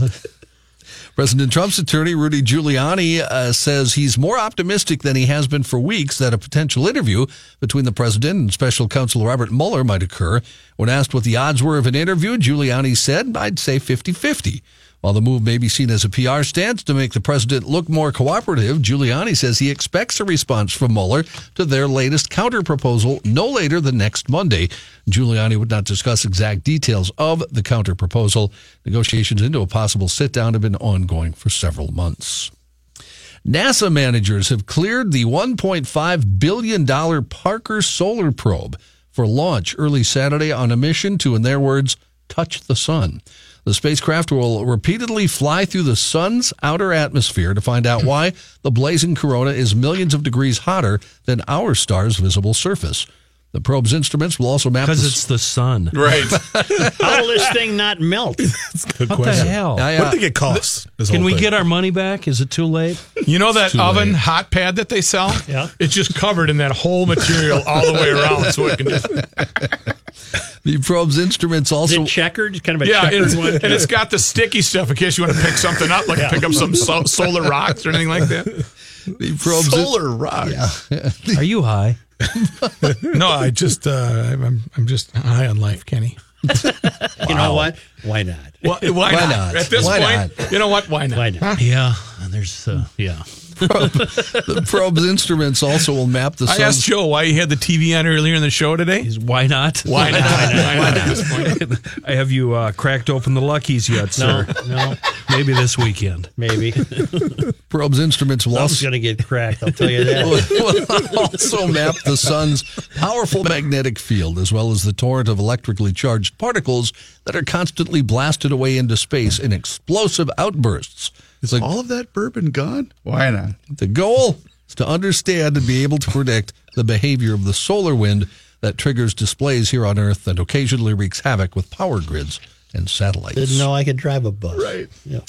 [SPEAKER 9] President Trump's attorney, Rudy Giuliani, uh, says he's more optimistic than he has been for weeks that a potential interview between the president and special counsel Robert Mueller might occur. When asked what the odds were of an interview, Giuliani said, I'd say 50 50. While the move may be seen as a PR stance to make the president look more cooperative, Giuliani says he expects a response from Mueller to their latest counterproposal no later than next Monday. Giuliani would not discuss exact details of the counterproposal. Negotiations into a possible sit down have been ongoing for several months. NASA managers have cleared the $1.5 billion Parker Solar Probe for launch early Saturday on a mission to, in their words, touch the sun. The spacecraft will repeatedly fly through the sun's outer atmosphere to find out why the blazing corona is millions of degrees hotter than our star's visible surface. The probe's instruments will also map the
[SPEAKER 8] Because it's the sun.
[SPEAKER 4] Right.
[SPEAKER 2] How will this thing not melt?
[SPEAKER 3] Good
[SPEAKER 8] What the
[SPEAKER 3] question.
[SPEAKER 8] hell?
[SPEAKER 9] I,
[SPEAKER 3] What
[SPEAKER 9] uh,
[SPEAKER 3] do you think it costs? this
[SPEAKER 8] Can
[SPEAKER 3] whole
[SPEAKER 8] we
[SPEAKER 3] thing?
[SPEAKER 8] get our money back? Is it too late?
[SPEAKER 4] You know that oven hot pad that they sell?
[SPEAKER 2] Yeah.
[SPEAKER 4] It's just covered in that whole material all the way around, so it can just
[SPEAKER 9] the probe's instruments
[SPEAKER 2] Is
[SPEAKER 9] also
[SPEAKER 2] it checkered? Kind of a
[SPEAKER 4] yeah.
[SPEAKER 2] checkered
[SPEAKER 4] It's,
[SPEAKER 2] one.
[SPEAKER 4] and it's got the sticky stuff in case you want to pick something up, like pick up some so- solar rocks or anything like that.
[SPEAKER 9] the probe's
[SPEAKER 5] Solar rock.
[SPEAKER 8] Are you high?
[SPEAKER 4] No, I just uh, I'm I'm just high on life, Kenny.
[SPEAKER 2] You know what? Why not?
[SPEAKER 4] Well, why,
[SPEAKER 9] not?
[SPEAKER 4] not? At this
[SPEAKER 9] Why
[SPEAKER 4] point, you know what? Why not?
[SPEAKER 2] Why not? Yeah. There's uh, yeah.
[SPEAKER 9] The probe's instruments also will map the
[SPEAKER 4] I asked
[SPEAKER 9] sun's
[SPEAKER 4] Joe why he had the TV on earlier in the show today.
[SPEAKER 8] Is why not?
[SPEAKER 4] Why not? Why not? At this point.
[SPEAKER 8] I have you uh, cracked open the luckies yet, sir?
[SPEAKER 2] No,
[SPEAKER 8] Maybe this weekend.
[SPEAKER 2] maybe.
[SPEAKER 9] probe's instruments will
[SPEAKER 2] Love's
[SPEAKER 9] also,
[SPEAKER 2] gonna get cracked. I'll tell you that.
[SPEAKER 9] will also map the sun's powerful magnetic field as well as the torrent of electrically charged particles that are constantly blasted away into space in explosive outbursts. It's like
[SPEAKER 5] All of that bourbon gone? Why not?
[SPEAKER 9] The goal is to understand and be able to predict the behavior of the solar wind that triggers displays here on Earth that occasionally wreaks havoc with power grids and satellites.
[SPEAKER 2] Didn't know I could drive a bus. Right. Yeah.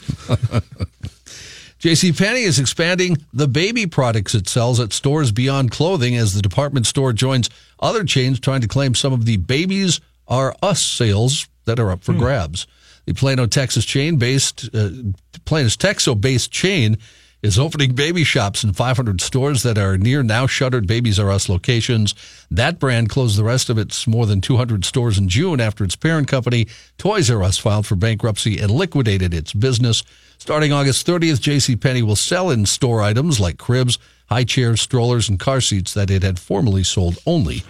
[SPEAKER 9] JCPenney is expanding the baby products it sells at stores beyond clothing as the department store joins other chains trying to claim some of the Babies Are Us sales that are up for grabs. The Plano, Texas chain based, uh, Plano, Texas based chain is opening baby shops in 500 stores that are near now shuttered Babies R Us locations. That brand closed the rest of its more than 200 stores in June after its parent company, Toys R Us, filed for bankruptcy and liquidated its business. Starting August 30th, JCPenney will sell in store items like cribs, high chairs, strollers, and car seats that it had formerly sold only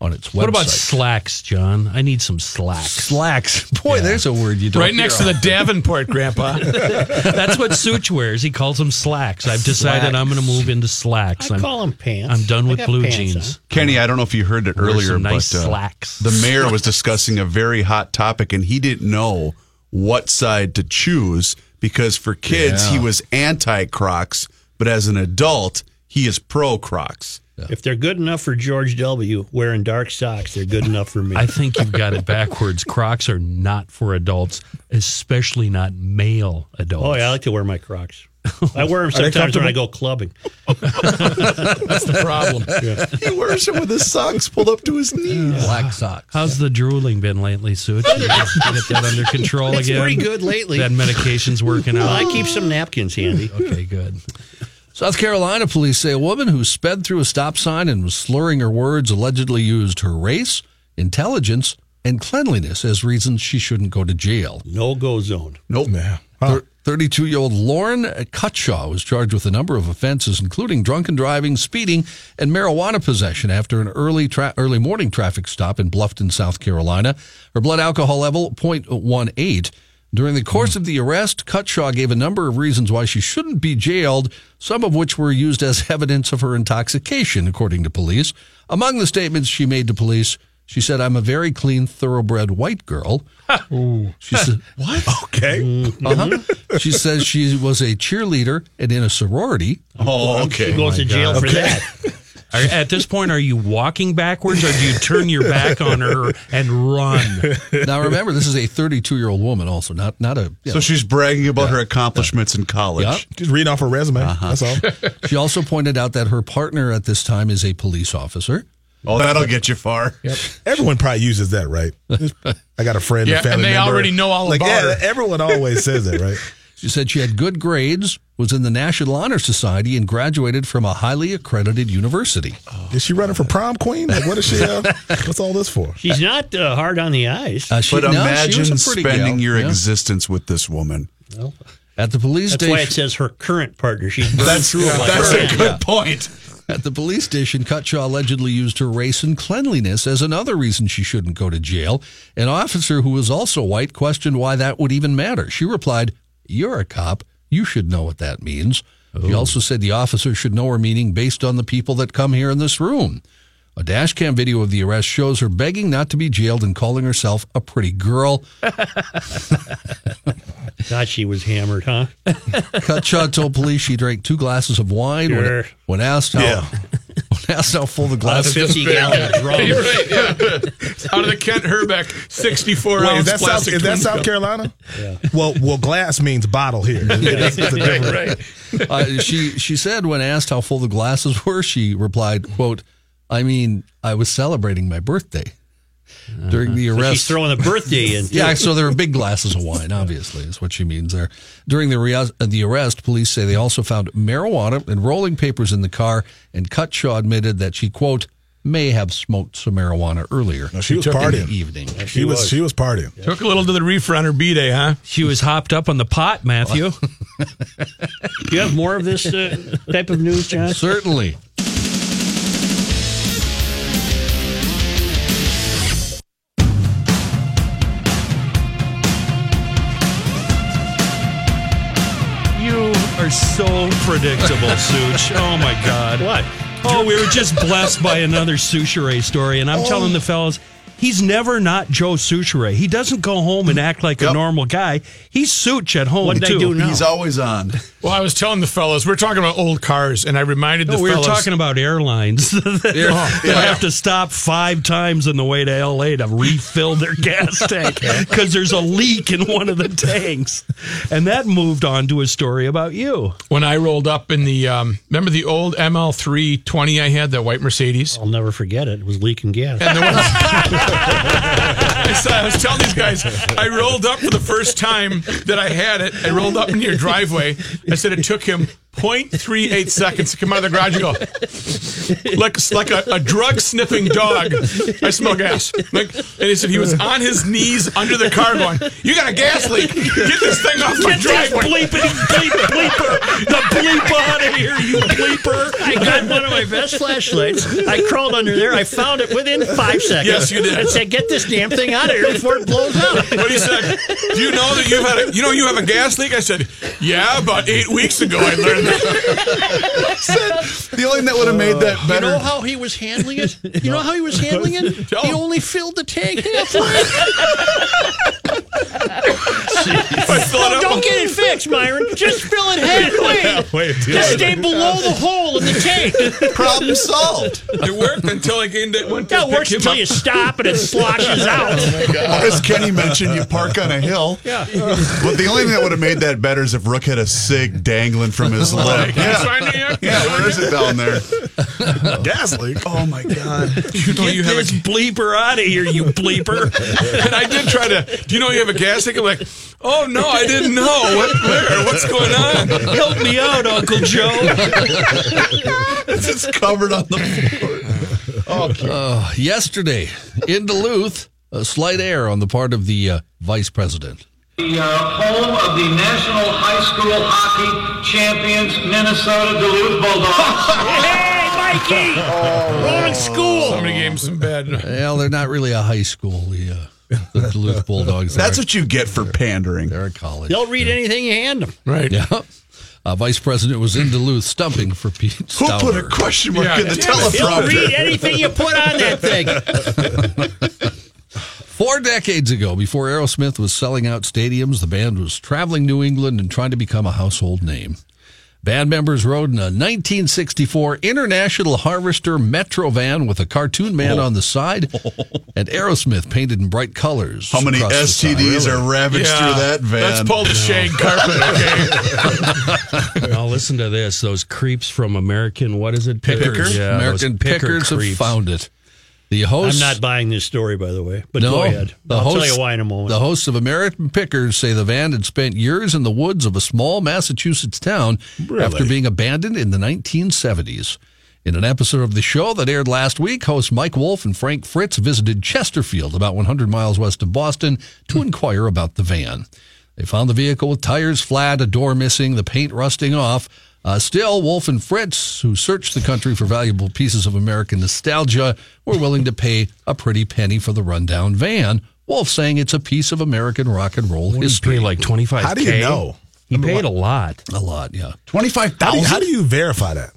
[SPEAKER 9] on its website.
[SPEAKER 8] What about slacks, John? I need some slacks.
[SPEAKER 9] slacks? Boy, there's a word you don't
[SPEAKER 4] Right next to
[SPEAKER 9] hear
[SPEAKER 4] the Davenport, Grandpa.
[SPEAKER 8] That's what Such wears. He calls them slacks. I've decided I'm going to move into slacks.
[SPEAKER 2] I
[SPEAKER 8] I'm,
[SPEAKER 2] call them pants.
[SPEAKER 8] I'm done
[SPEAKER 2] I
[SPEAKER 8] with
[SPEAKER 2] got
[SPEAKER 8] blue
[SPEAKER 2] pants
[SPEAKER 8] jeans.
[SPEAKER 5] Kenny, I don't know if you heard it
[SPEAKER 8] Wear
[SPEAKER 5] earlier,
[SPEAKER 8] some nice
[SPEAKER 5] but uh,
[SPEAKER 8] slacks.
[SPEAKER 5] the mayor was discussing a very hot topic, and he didn't know what side to choose because for kids he was anti Crocs, but as an adult he is pro Crocs.
[SPEAKER 2] on. If they're good enough for George W. wearing dark socks, they're good enough for me.
[SPEAKER 8] I think you've got it backwards. Crocs are not for adults, especially not male adults.
[SPEAKER 2] oh yeah, I like to wear my Crocs. I wear them sometimes when I go clubbing.
[SPEAKER 4] That's the problem.
[SPEAKER 5] He wears it with his socks pulled up to his knees.
[SPEAKER 9] Black socks.
[SPEAKER 8] How's the drooling been lately, Such? You just get that under control
[SPEAKER 2] It's
[SPEAKER 8] again.
[SPEAKER 2] pretty good lately.
[SPEAKER 8] That medication's working out.
[SPEAKER 2] I keep some napkins handy.
[SPEAKER 8] Okay, good.
[SPEAKER 9] South Carolina police say a woman who sped through a stop sign and was slurring her words allegedly used her race, intelligence, and cleanliness as reasons she shouldn't go to jail.
[SPEAKER 2] No go zone.
[SPEAKER 5] Nope.
[SPEAKER 9] Thir- 32 year old Lauren Cutshaw was charged with a number of offenses, including drunken driving, speeding, and marijuana possession after an early, tra- early morning traffic stop in Bluffton, South Carolina. Her blood alcohol level, 0.18. During the course of the arrest, Cutshaw gave a number of reasons why she shouldn't be jailed, some of which were used as evidence of her intoxication, according to police. Among the statements she made to police, she said, I'm a very clean, thoroughbred white girl. She said,
[SPEAKER 2] Mm.
[SPEAKER 3] Okay.
[SPEAKER 9] uh-huh. she says she was a cheerleader and in a sorority.
[SPEAKER 5] Oh, okay.
[SPEAKER 2] She goes to jail for that.
[SPEAKER 8] Are, at this point, are you walking backwards or do you turn your back on her and run?
[SPEAKER 9] Now remember, this is a 32 year old woman, also not not a. you
[SPEAKER 5] So
[SPEAKER 9] know.
[SPEAKER 5] she's bragging about her accomplishments in college.
[SPEAKER 9] Yeah.
[SPEAKER 3] Just reading off her resume. That's all.
[SPEAKER 9] she also pointed out that her partner at this time is a police officer.
[SPEAKER 5] Oh, that'll get you far.
[SPEAKER 3] Everyone probably uses that, right? I got a friend,
[SPEAKER 4] Yeah,
[SPEAKER 3] a family
[SPEAKER 4] and they
[SPEAKER 3] member.
[SPEAKER 4] already know all
[SPEAKER 3] like,
[SPEAKER 4] about
[SPEAKER 3] yeah,
[SPEAKER 4] her.
[SPEAKER 3] Everyone always says that, right?
[SPEAKER 9] She said she had good grades, was in the National Honor Society, and graduated from a highly accredited university.
[SPEAKER 3] Is she running for prom queen? Like, what is she? Uh, what's all this for?
[SPEAKER 2] She's not uh, hard on the eyes.
[SPEAKER 9] Uh, she,
[SPEAKER 5] But
[SPEAKER 9] no, she
[SPEAKER 5] imagine
[SPEAKER 9] was a pretty
[SPEAKER 5] spending
[SPEAKER 9] gal,
[SPEAKER 5] your
[SPEAKER 9] yeah.
[SPEAKER 5] existence with this woman.
[SPEAKER 9] at the police
[SPEAKER 2] That's why it
[SPEAKER 9] station.
[SPEAKER 2] says her current partner. She's burned through it like
[SPEAKER 5] that's
[SPEAKER 2] her.
[SPEAKER 5] a good point.
[SPEAKER 9] At the police station, Cutshaw allegedly used her race and cleanliness as another reason she shouldn't go to jail. An officer who was also white questioned why that would even matter. She replied, You're a cop. You should know what that means. She also said the officer should know her meaning based on the people that come here in this room. A dash cam video of the arrest shows her begging not to be jailed and calling herself a pretty girl.
[SPEAKER 2] God, she was hammered, huh?
[SPEAKER 9] Cutshaw told police she drank two glasses of wine when-
[SPEAKER 2] Sure.
[SPEAKER 9] when, asked how when asked how full the glass
[SPEAKER 2] Fifty gallon drum.
[SPEAKER 4] You're right. Yeah. Out of the Kent Herbeck 64
[SPEAKER 3] Wait, is
[SPEAKER 4] ounce
[SPEAKER 3] that South,
[SPEAKER 4] plastic.
[SPEAKER 3] is that
[SPEAKER 4] twin
[SPEAKER 3] South
[SPEAKER 4] cup.
[SPEAKER 3] Carolina? Well, well, glass means bottle here. It's- it's a different-
[SPEAKER 4] Right.
[SPEAKER 9] uh, she she said when asked how full the glasses were, she replied, "quote I mean, I was celebrating my birthday during the arrest."
[SPEAKER 2] She's throwing a birthday in.
[SPEAKER 9] yeah, so there were big glasses of wine. Obviously, is what she means there. During the rea- uh, the arrest, police say they also found marijuana and rolling papers in the car. And Cutshaw admitted that she quote may have smoked some marijuana earlier.
[SPEAKER 3] No, she was
[SPEAKER 9] took in
[SPEAKER 3] partying.
[SPEAKER 9] the evening.
[SPEAKER 3] She was she was partying.
[SPEAKER 4] Took a little to the reefer on her B day, huh?
[SPEAKER 8] She was hopped up on the pot, Matthew. Do you have more of this uh, type of news, John?
[SPEAKER 9] Certainly.
[SPEAKER 8] You are so predictable, Such. Oh my God. What? Oh, we were just blessed by another Suchere story, and I'm telling the fellas, he's never not Joe Suchere. He doesn't go home and act like a
[SPEAKER 5] Yep.
[SPEAKER 8] normal guy. He's Such at home
[SPEAKER 5] What'd I
[SPEAKER 8] too.
[SPEAKER 5] do now? He's always on.
[SPEAKER 4] Well, I was telling the fellas, we are talking about old cars, and I reminded
[SPEAKER 8] No,
[SPEAKER 4] the
[SPEAKER 8] we were
[SPEAKER 4] fellas.
[SPEAKER 8] talking about airlines. that have to stop five times on the way to LA to refill their gas tank because there's a leak in one of the tanks. And that moved on to a story about you.
[SPEAKER 4] when I rolled up in the um, remember the old ML320 I had, that white Mercedes.
[SPEAKER 2] I'll never forget it. It was leaking gas.
[SPEAKER 4] And the one- I, saw- uh, I was telling these guys, I rolled up for the first time that I had it. I rolled up in your driveway. I said it took him 0.38 seconds to come out of the garage and go, like, like a, a drug sniffing dog. I smell gas. Like, and he said he was on his knees under the car going, You got a gas leak. Get this thing off my
[SPEAKER 8] Get this
[SPEAKER 4] driveway.
[SPEAKER 8] bleeping bleep bleeper, the bleep out of here, you bleeper!
[SPEAKER 2] I got one of my best flashlights. I crawled under there. I found it within five seconds.
[SPEAKER 4] Yes, you did.
[SPEAKER 2] I said, "Get this damn thing out of here before it blows up."
[SPEAKER 4] But he said, "Do you know that you've had a, you know you have a gas leak?" I said, "Yeah, about eight weeks ago I learned that."
[SPEAKER 5] The only thing that would have made that
[SPEAKER 9] You
[SPEAKER 5] better.
[SPEAKER 9] know how he was handling it? You know how he was handling it?
[SPEAKER 4] Tell
[SPEAKER 9] He
[SPEAKER 4] him.
[SPEAKER 9] only filled the tank halfway.
[SPEAKER 4] I fill it up.
[SPEAKER 2] Don't get it fixed, Myron. Just fill it halfway.
[SPEAKER 3] Wait, dude.
[SPEAKER 2] Just stay below the hole in the tank.
[SPEAKER 5] problem solved.
[SPEAKER 4] It worked until I gained it. Went to
[SPEAKER 2] That
[SPEAKER 4] pick
[SPEAKER 2] works
[SPEAKER 4] him
[SPEAKER 2] until
[SPEAKER 4] up.
[SPEAKER 2] you stop and it sloshes out.
[SPEAKER 5] Or as Kenny mentioned, you park on a hill. Yeah. But the only thing that would have made that better is if Rook had a cig dangling from his leg.
[SPEAKER 4] That's why I knew you-
[SPEAKER 5] Yeah, where is it down there?
[SPEAKER 3] Gas leak.
[SPEAKER 5] Oh my God!
[SPEAKER 4] You know you have
[SPEAKER 8] Get this
[SPEAKER 4] a,
[SPEAKER 8] bleeper out of here, you bleeper!
[SPEAKER 4] and I did try to. Do you know you have a gas leak? I'm like, oh no, I didn't know. What, where? What's going on?
[SPEAKER 8] Help me out, Uncle Joe.
[SPEAKER 5] It's just covered on the floor.
[SPEAKER 9] Uh, yesterday in Duluth, a slight error on the part of the uh, vice president.
[SPEAKER 10] The uh, home of the National High School Hockey Champions, Minnesota Duluth Bulldogs.
[SPEAKER 2] Hey, Mikey! Wrong school.
[SPEAKER 4] Oh, Somebody gave him some bad.
[SPEAKER 9] Well, they're not really a high school, the, uh, the Duluth Bulldogs.
[SPEAKER 5] That's
[SPEAKER 9] they're,
[SPEAKER 5] what you get for pandering.
[SPEAKER 9] they're a college.
[SPEAKER 2] They'll read anything you hand them.
[SPEAKER 4] Right.
[SPEAKER 9] Yeah. Uh, vice president was in Duluth stumping for Pete
[SPEAKER 5] Who put a
[SPEAKER 9] Stauber.
[SPEAKER 5] question mark
[SPEAKER 4] Yeah.
[SPEAKER 5] in the
[SPEAKER 2] They'll read
[SPEAKER 5] teleprompter?
[SPEAKER 2] anything you put on that thing.
[SPEAKER 9] Four decades ago, before Aerosmith was selling out stadiums, the band was traveling New England and trying to become a household name. Band members rode in a 1964 International Harvester Metro van with a cartoon man
[SPEAKER 5] Oh.
[SPEAKER 9] on the side, and Aerosmith painted in bright colors.
[SPEAKER 5] How many
[SPEAKER 9] across the side.
[SPEAKER 5] STDs are ravaged through that van?
[SPEAKER 4] That's Paul the shag carpet. Okay.
[SPEAKER 8] Now listen to this: those creeps from American, what is it?
[SPEAKER 9] Pickers,
[SPEAKER 8] Yeah, those
[SPEAKER 9] American pickers have
[SPEAKER 8] creeps.
[SPEAKER 9] found it. The host,
[SPEAKER 2] I'm not buying this story, by the way. But
[SPEAKER 9] no,
[SPEAKER 2] go ahead.
[SPEAKER 9] the
[SPEAKER 2] I'll
[SPEAKER 9] host,
[SPEAKER 2] tell you why in a moment.
[SPEAKER 9] The hosts of American Pickers say the van had spent years in the woods of a small Massachusetts town after being abandoned in the 1970s. In an episode of the show that aired last week, hosts Mike Wolf and Frank Fritz visited Chesterfield, about 100 miles west of Boston, to
[SPEAKER 2] Hmm.
[SPEAKER 9] inquire about the van. They found the vehicle with tires flat, a door missing, the paint rusting off. Uh, still, Wolf and Fritz, who searched the country for valuable pieces of American nostalgia, were willing to pay a pretty penny for the rundown van. Wolf saying it's a piece of American rock and roll
[SPEAKER 8] What did he
[SPEAKER 9] history.
[SPEAKER 8] pay, like twenty five.
[SPEAKER 3] How do you know?
[SPEAKER 8] He paid a lot.
[SPEAKER 9] a lot, yeah.
[SPEAKER 5] Twenty-five
[SPEAKER 3] How do you,
[SPEAKER 5] thousand.
[SPEAKER 3] how do you verify that?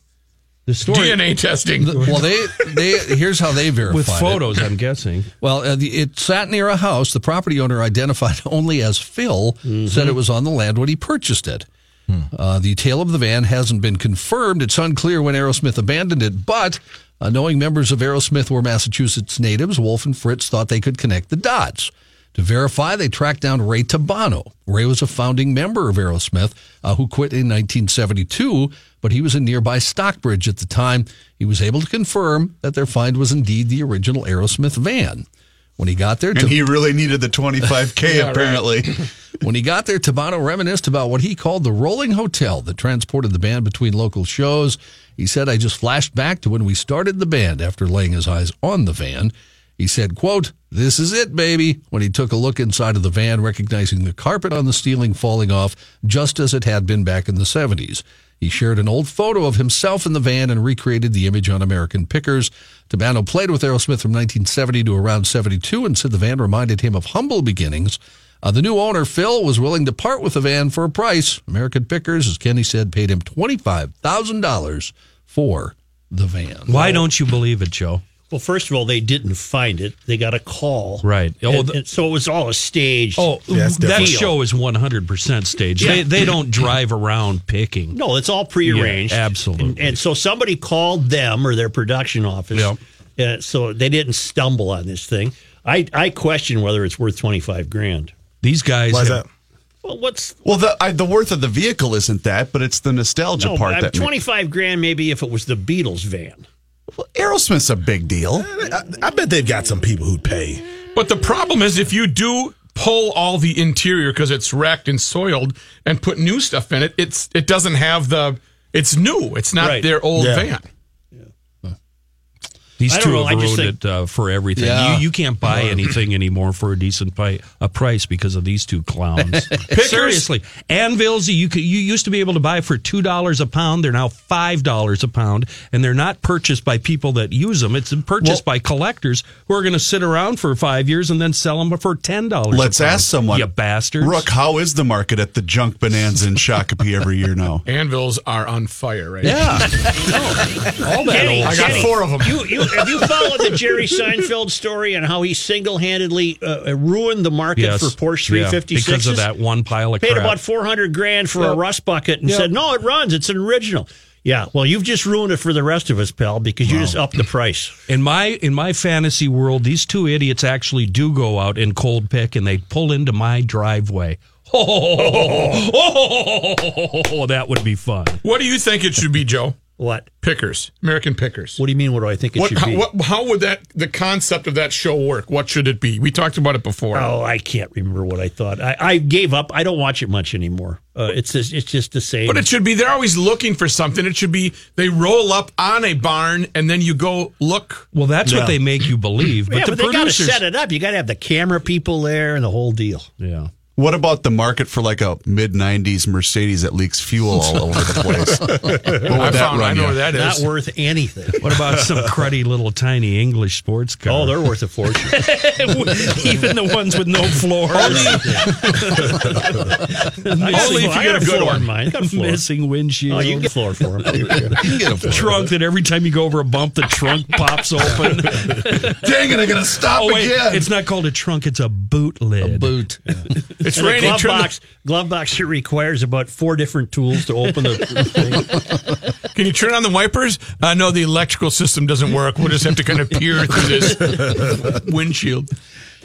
[SPEAKER 8] The story
[SPEAKER 4] DNA testing.
[SPEAKER 9] Well, they they here's how they verified
[SPEAKER 8] with
[SPEAKER 9] it.
[SPEAKER 8] photos, I'm guessing.
[SPEAKER 9] Well, uh, the, it sat near a house. The property owner, identified only as Phil,
[SPEAKER 8] Mm-hmm.
[SPEAKER 9] said it was on the land when he purchased it. Uh, the tail of the van hasn't been confirmed. It's unclear when Aerosmith abandoned it, but uh, knowing members of Aerosmith were Massachusetts natives, Wolf and Fritz thought they could connect the dots. To verify, they tracked down Ray Tabano. Ray was a founding member of Aerosmith uh, who quit in 1972, but he was in nearby Stockbridge at the time. He was able to confirm that their find was indeed the original Aerosmith van. When he got there,
[SPEAKER 5] And he really needed the 25K, apparently.
[SPEAKER 9] When he got there, Tabano reminisced about what he called the rolling hotel that transported the band between local shows. He said, I just flashed back to when we started the band after laying his eyes on the van. He said, quote, this is it, baby, when he took a look inside of the van, recognizing the carpet on the ceiling falling off just as it had been back in the 70s. He shared an old photo of himself in the van and recreated the image on American Pickers. Tabano played with Aerosmith from 1970 to around 72 and said the van reminded him of humble beginnings. Uh, the new owner, Phil, was willing to part with the van for a price. American Pickers, as Kenny said, paid him $25,000 for the van.
[SPEAKER 8] Why don't you believe it, Joe?
[SPEAKER 2] Well, first of all, they didn't find it. They got a call.
[SPEAKER 8] Right. Oh,
[SPEAKER 2] And-
[SPEAKER 8] the-
[SPEAKER 2] and so it was all a stage.
[SPEAKER 8] Oh,
[SPEAKER 3] Yeah, it's
[SPEAKER 8] that
[SPEAKER 3] different.
[SPEAKER 8] show is 100% staged. They, they don't drive around picking.
[SPEAKER 2] No, it's all prearranged.
[SPEAKER 8] Yeah, absolutely.
[SPEAKER 2] And, and so somebody called them or their production office.
[SPEAKER 8] Yep.
[SPEAKER 2] Uh, so they didn't stumble on this thing. I, I question whether it's worth 25 grand.
[SPEAKER 8] These guys.
[SPEAKER 3] Why is
[SPEAKER 8] have-
[SPEAKER 3] that?
[SPEAKER 2] Well, what's
[SPEAKER 5] Well, the I, the worth of the vehicle isn't that, but it's the nostalgia
[SPEAKER 2] no,
[SPEAKER 5] part
[SPEAKER 2] I'm
[SPEAKER 5] that ma-
[SPEAKER 2] 25 grand maybe if it was the Beatles van.
[SPEAKER 5] Well, Aerosmith's a big deal.
[SPEAKER 3] I, I bet they've got some people who'd pay.
[SPEAKER 4] But the problem is if you do pull all the interior because it's wrecked and soiled and put new stuff in it, it's it doesn't have the it's new. It's not
[SPEAKER 2] Right.
[SPEAKER 4] their old
[SPEAKER 3] Yeah.
[SPEAKER 4] van.
[SPEAKER 8] These
[SPEAKER 2] I don't
[SPEAKER 8] two
[SPEAKER 2] know, Oh, I
[SPEAKER 8] have
[SPEAKER 2] just
[SPEAKER 8] ruined
[SPEAKER 2] think-
[SPEAKER 8] it uh, for everything.
[SPEAKER 9] Yeah.
[SPEAKER 8] You, you can't buy anything anymore for a decent pi- a price because of these two clowns. Seriously, anvils you could, you used to be able to buy for two dollars a pound. They're now five dollars a pound, and they're not purchased by people that use them. It's purchased by collectors who are going to sit around for five years and then sell them for ten dollars.
[SPEAKER 5] Let's ask someone.
[SPEAKER 8] you bastards.
[SPEAKER 5] Rook, how is the market at the junk bonanza in Shakopee every year now?
[SPEAKER 4] Anvils are on fire right
[SPEAKER 5] Yeah.
[SPEAKER 8] all that
[SPEAKER 2] Kenny,
[SPEAKER 8] old
[SPEAKER 4] now. I got
[SPEAKER 2] Kenny,
[SPEAKER 4] four of them.
[SPEAKER 2] You, you, have you followed the Jerry Seinfeld story and how he single handedly uh, ruined the market
[SPEAKER 8] Yes.
[SPEAKER 2] for Porsche
[SPEAKER 8] Yeah,
[SPEAKER 2] 356s?
[SPEAKER 8] because of that one pile of
[SPEAKER 2] paid
[SPEAKER 8] crap.
[SPEAKER 2] about 400 grand for a rust bucket and said, no, it runs. It's an original. Yeah. Well, you've just ruined it for the rest of us, pal, because you just upped the price.
[SPEAKER 8] In my in my fantasy world, these two idiots actually do go out and cold pick, and they pull into my driveway. Oh, that would be fun.
[SPEAKER 4] What do you think it should be, Joe?
[SPEAKER 2] What?
[SPEAKER 4] Pickers. American Pickers.
[SPEAKER 2] What do you mean? What do I think it
[SPEAKER 4] What,
[SPEAKER 2] should
[SPEAKER 4] how,
[SPEAKER 2] be?
[SPEAKER 4] what, how would that the concept of that show work? What should it be? We talked about it before.
[SPEAKER 2] Oh, I can't remember what I thought. I, I gave up. I don't watch it much anymore. Uh, it's just, it's just the same.
[SPEAKER 4] But it should be they're always looking for something. It should be they roll up on a barn and then you go look.
[SPEAKER 8] Well, that's what they make you believe. But
[SPEAKER 2] yeah,
[SPEAKER 8] the
[SPEAKER 2] but they got to
[SPEAKER 8] producers,
[SPEAKER 2] set it up. You got to have the camera people there and the whole deal.
[SPEAKER 8] yeah,
[SPEAKER 5] What about the market for like a mid 90s Mercedes that leaks fuel all over the place? What
[SPEAKER 4] I
[SPEAKER 5] would that
[SPEAKER 4] found I
[SPEAKER 5] run
[SPEAKER 4] know
[SPEAKER 5] you?
[SPEAKER 4] where that
[SPEAKER 2] Not
[SPEAKER 4] is.
[SPEAKER 2] worth anything.
[SPEAKER 8] What about some cruddy little tiny English sports car?
[SPEAKER 2] Oh, they're worth a fortune.
[SPEAKER 8] even the ones with no floor.
[SPEAKER 4] Only if you
[SPEAKER 2] I
[SPEAKER 4] get a good
[SPEAKER 2] floor
[SPEAKER 4] one.
[SPEAKER 2] in Mine. I got a floor.
[SPEAKER 8] missing windshield.
[SPEAKER 2] Oh, you can get a floor for them.
[SPEAKER 8] trunk that every time you go over a bump, the trunk pops open.
[SPEAKER 5] Dang it, I gotta stop
[SPEAKER 8] oh wait,
[SPEAKER 5] again.
[SPEAKER 8] it's not called a trunk; it's a boot lid.
[SPEAKER 9] A boot.
[SPEAKER 4] It's
[SPEAKER 2] And a
[SPEAKER 4] raining.
[SPEAKER 2] glove
[SPEAKER 4] Turn the-
[SPEAKER 2] box. glove box. It requires about four different tools to open the the thing.
[SPEAKER 4] Can you turn on the wipers? Uh, no, the electrical system doesn't work. We'll just have to kind of peer through this windshield.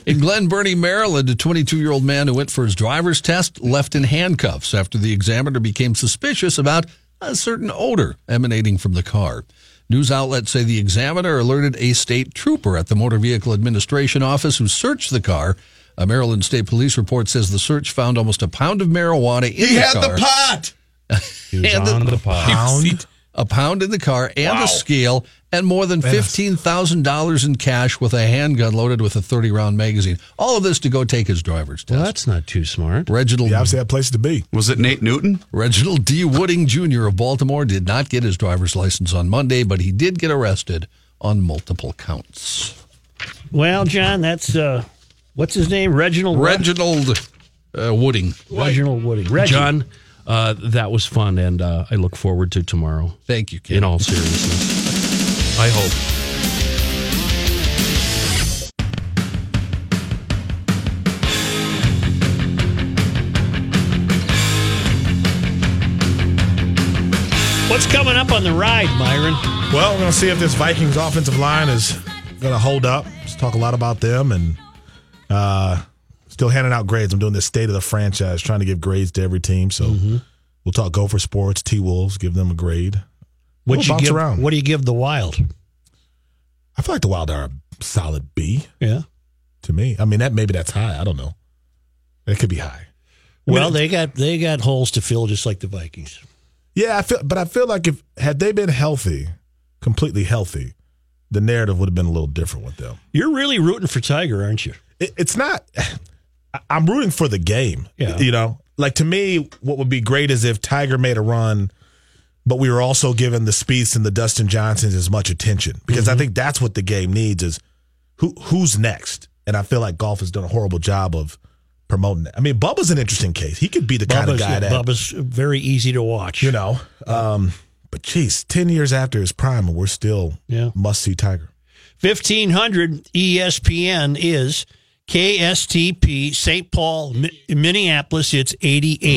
[SPEAKER 9] In Glen Burnie, Maryland, a 22 year old man who went for his driver's test left in handcuffs after the examiner became suspicious about a certain odor emanating from the car. News outlets say the examiner alerted a state trooper at the Motor Vehicle Administration office who searched the car. A Maryland State Police report says the search found almost a pound of marijuana in
[SPEAKER 5] he
[SPEAKER 9] the
[SPEAKER 5] had
[SPEAKER 9] car.
[SPEAKER 5] the pot.
[SPEAKER 8] He was
[SPEAKER 9] And the-
[SPEAKER 8] on the pod.
[SPEAKER 4] Seat.
[SPEAKER 9] a pound in the car and a scale and more than $15,000 in cash with a handgun loaded with a 30 round magazine. All of this to go take his driver's test.
[SPEAKER 8] Well, that's not too smart.
[SPEAKER 9] Reginald,
[SPEAKER 3] You obviously had places to be.
[SPEAKER 5] Was it Nate Newton?
[SPEAKER 9] Reginald D. Wooding Jr. of Baltimore did not get his driver's license on Monday, but he did get arrested on multiple counts.
[SPEAKER 2] Well, John, that's uh, what's his name? Reginald. what?
[SPEAKER 9] Reginald uh, Wooding,
[SPEAKER 2] Reginald Woody. Reggie.
[SPEAKER 8] John, uh, that was fun, and uh, I look forward to tomorrow.
[SPEAKER 9] thank you, Ken.
[SPEAKER 8] In all seriousness, I hope.
[SPEAKER 2] What's coming up on the ride, Myron?
[SPEAKER 3] Well, we're going to see if this Vikings offensive line is going to hold up. Just talk a lot about them and uh, still handing out grades. I'm doing this state of the franchise, trying to give grades to every team. So we'll talk Gopher Sports, T Wolves, give them a grade.
[SPEAKER 2] What
[SPEAKER 3] We'll
[SPEAKER 2] you
[SPEAKER 3] bounce
[SPEAKER 2] give?
[SPEAKER 3] around.
[SPEAKER 2] What do you give the Wild?
[SPEAKER 3] I feel like the Wild are a solid B.
[SPEAKER 2] Yeah.
[SPEAKER 3] to me. I mean, that maybe that's high. I don't know. It could be high.
[SPEAKER 2] Well, they got they got holes to fill just like the Vikings.
[SPEAKER 3] Yeah, I feel, but I feel like if had they been healthy, completely healthy, the narrative would have been a little different with them.
[SPEAKER 2] You're really rooting for Tiger, aren't you?
[SPEAKER 3] It, it's not. I- I'm rooting for the game.
[SPEAKER 2] Yeah.
[SPEAKER 3] You know, like to me, what would be great is if Tiger made a run, but we were also giving the Spieths and the Dustin Johnsons as much attention because
[SPEAKER 2] Mm-hmm.
[SPEAKER 3] I think that's what the game needs is who who's next. And I feel like golf has done a horrible job of promoting that. I mean, Bubba's an interesting case. He could be the kind of
[SPEAKER 2] Bubba's,
[SPEAKER 3] guy that
[SPEAKER 2] Bubba's very easy to watch.
[SPEAKER 3] you know. Um, but geez, ten years after his prime, and we're still
[SPEAKER 2] Yeah.
[SPEAKER 3] must see Tiger.
[SPEAKER 2] 1500 ESPN is KSTP St. Paul, Mi- Minneapolis. It's 88.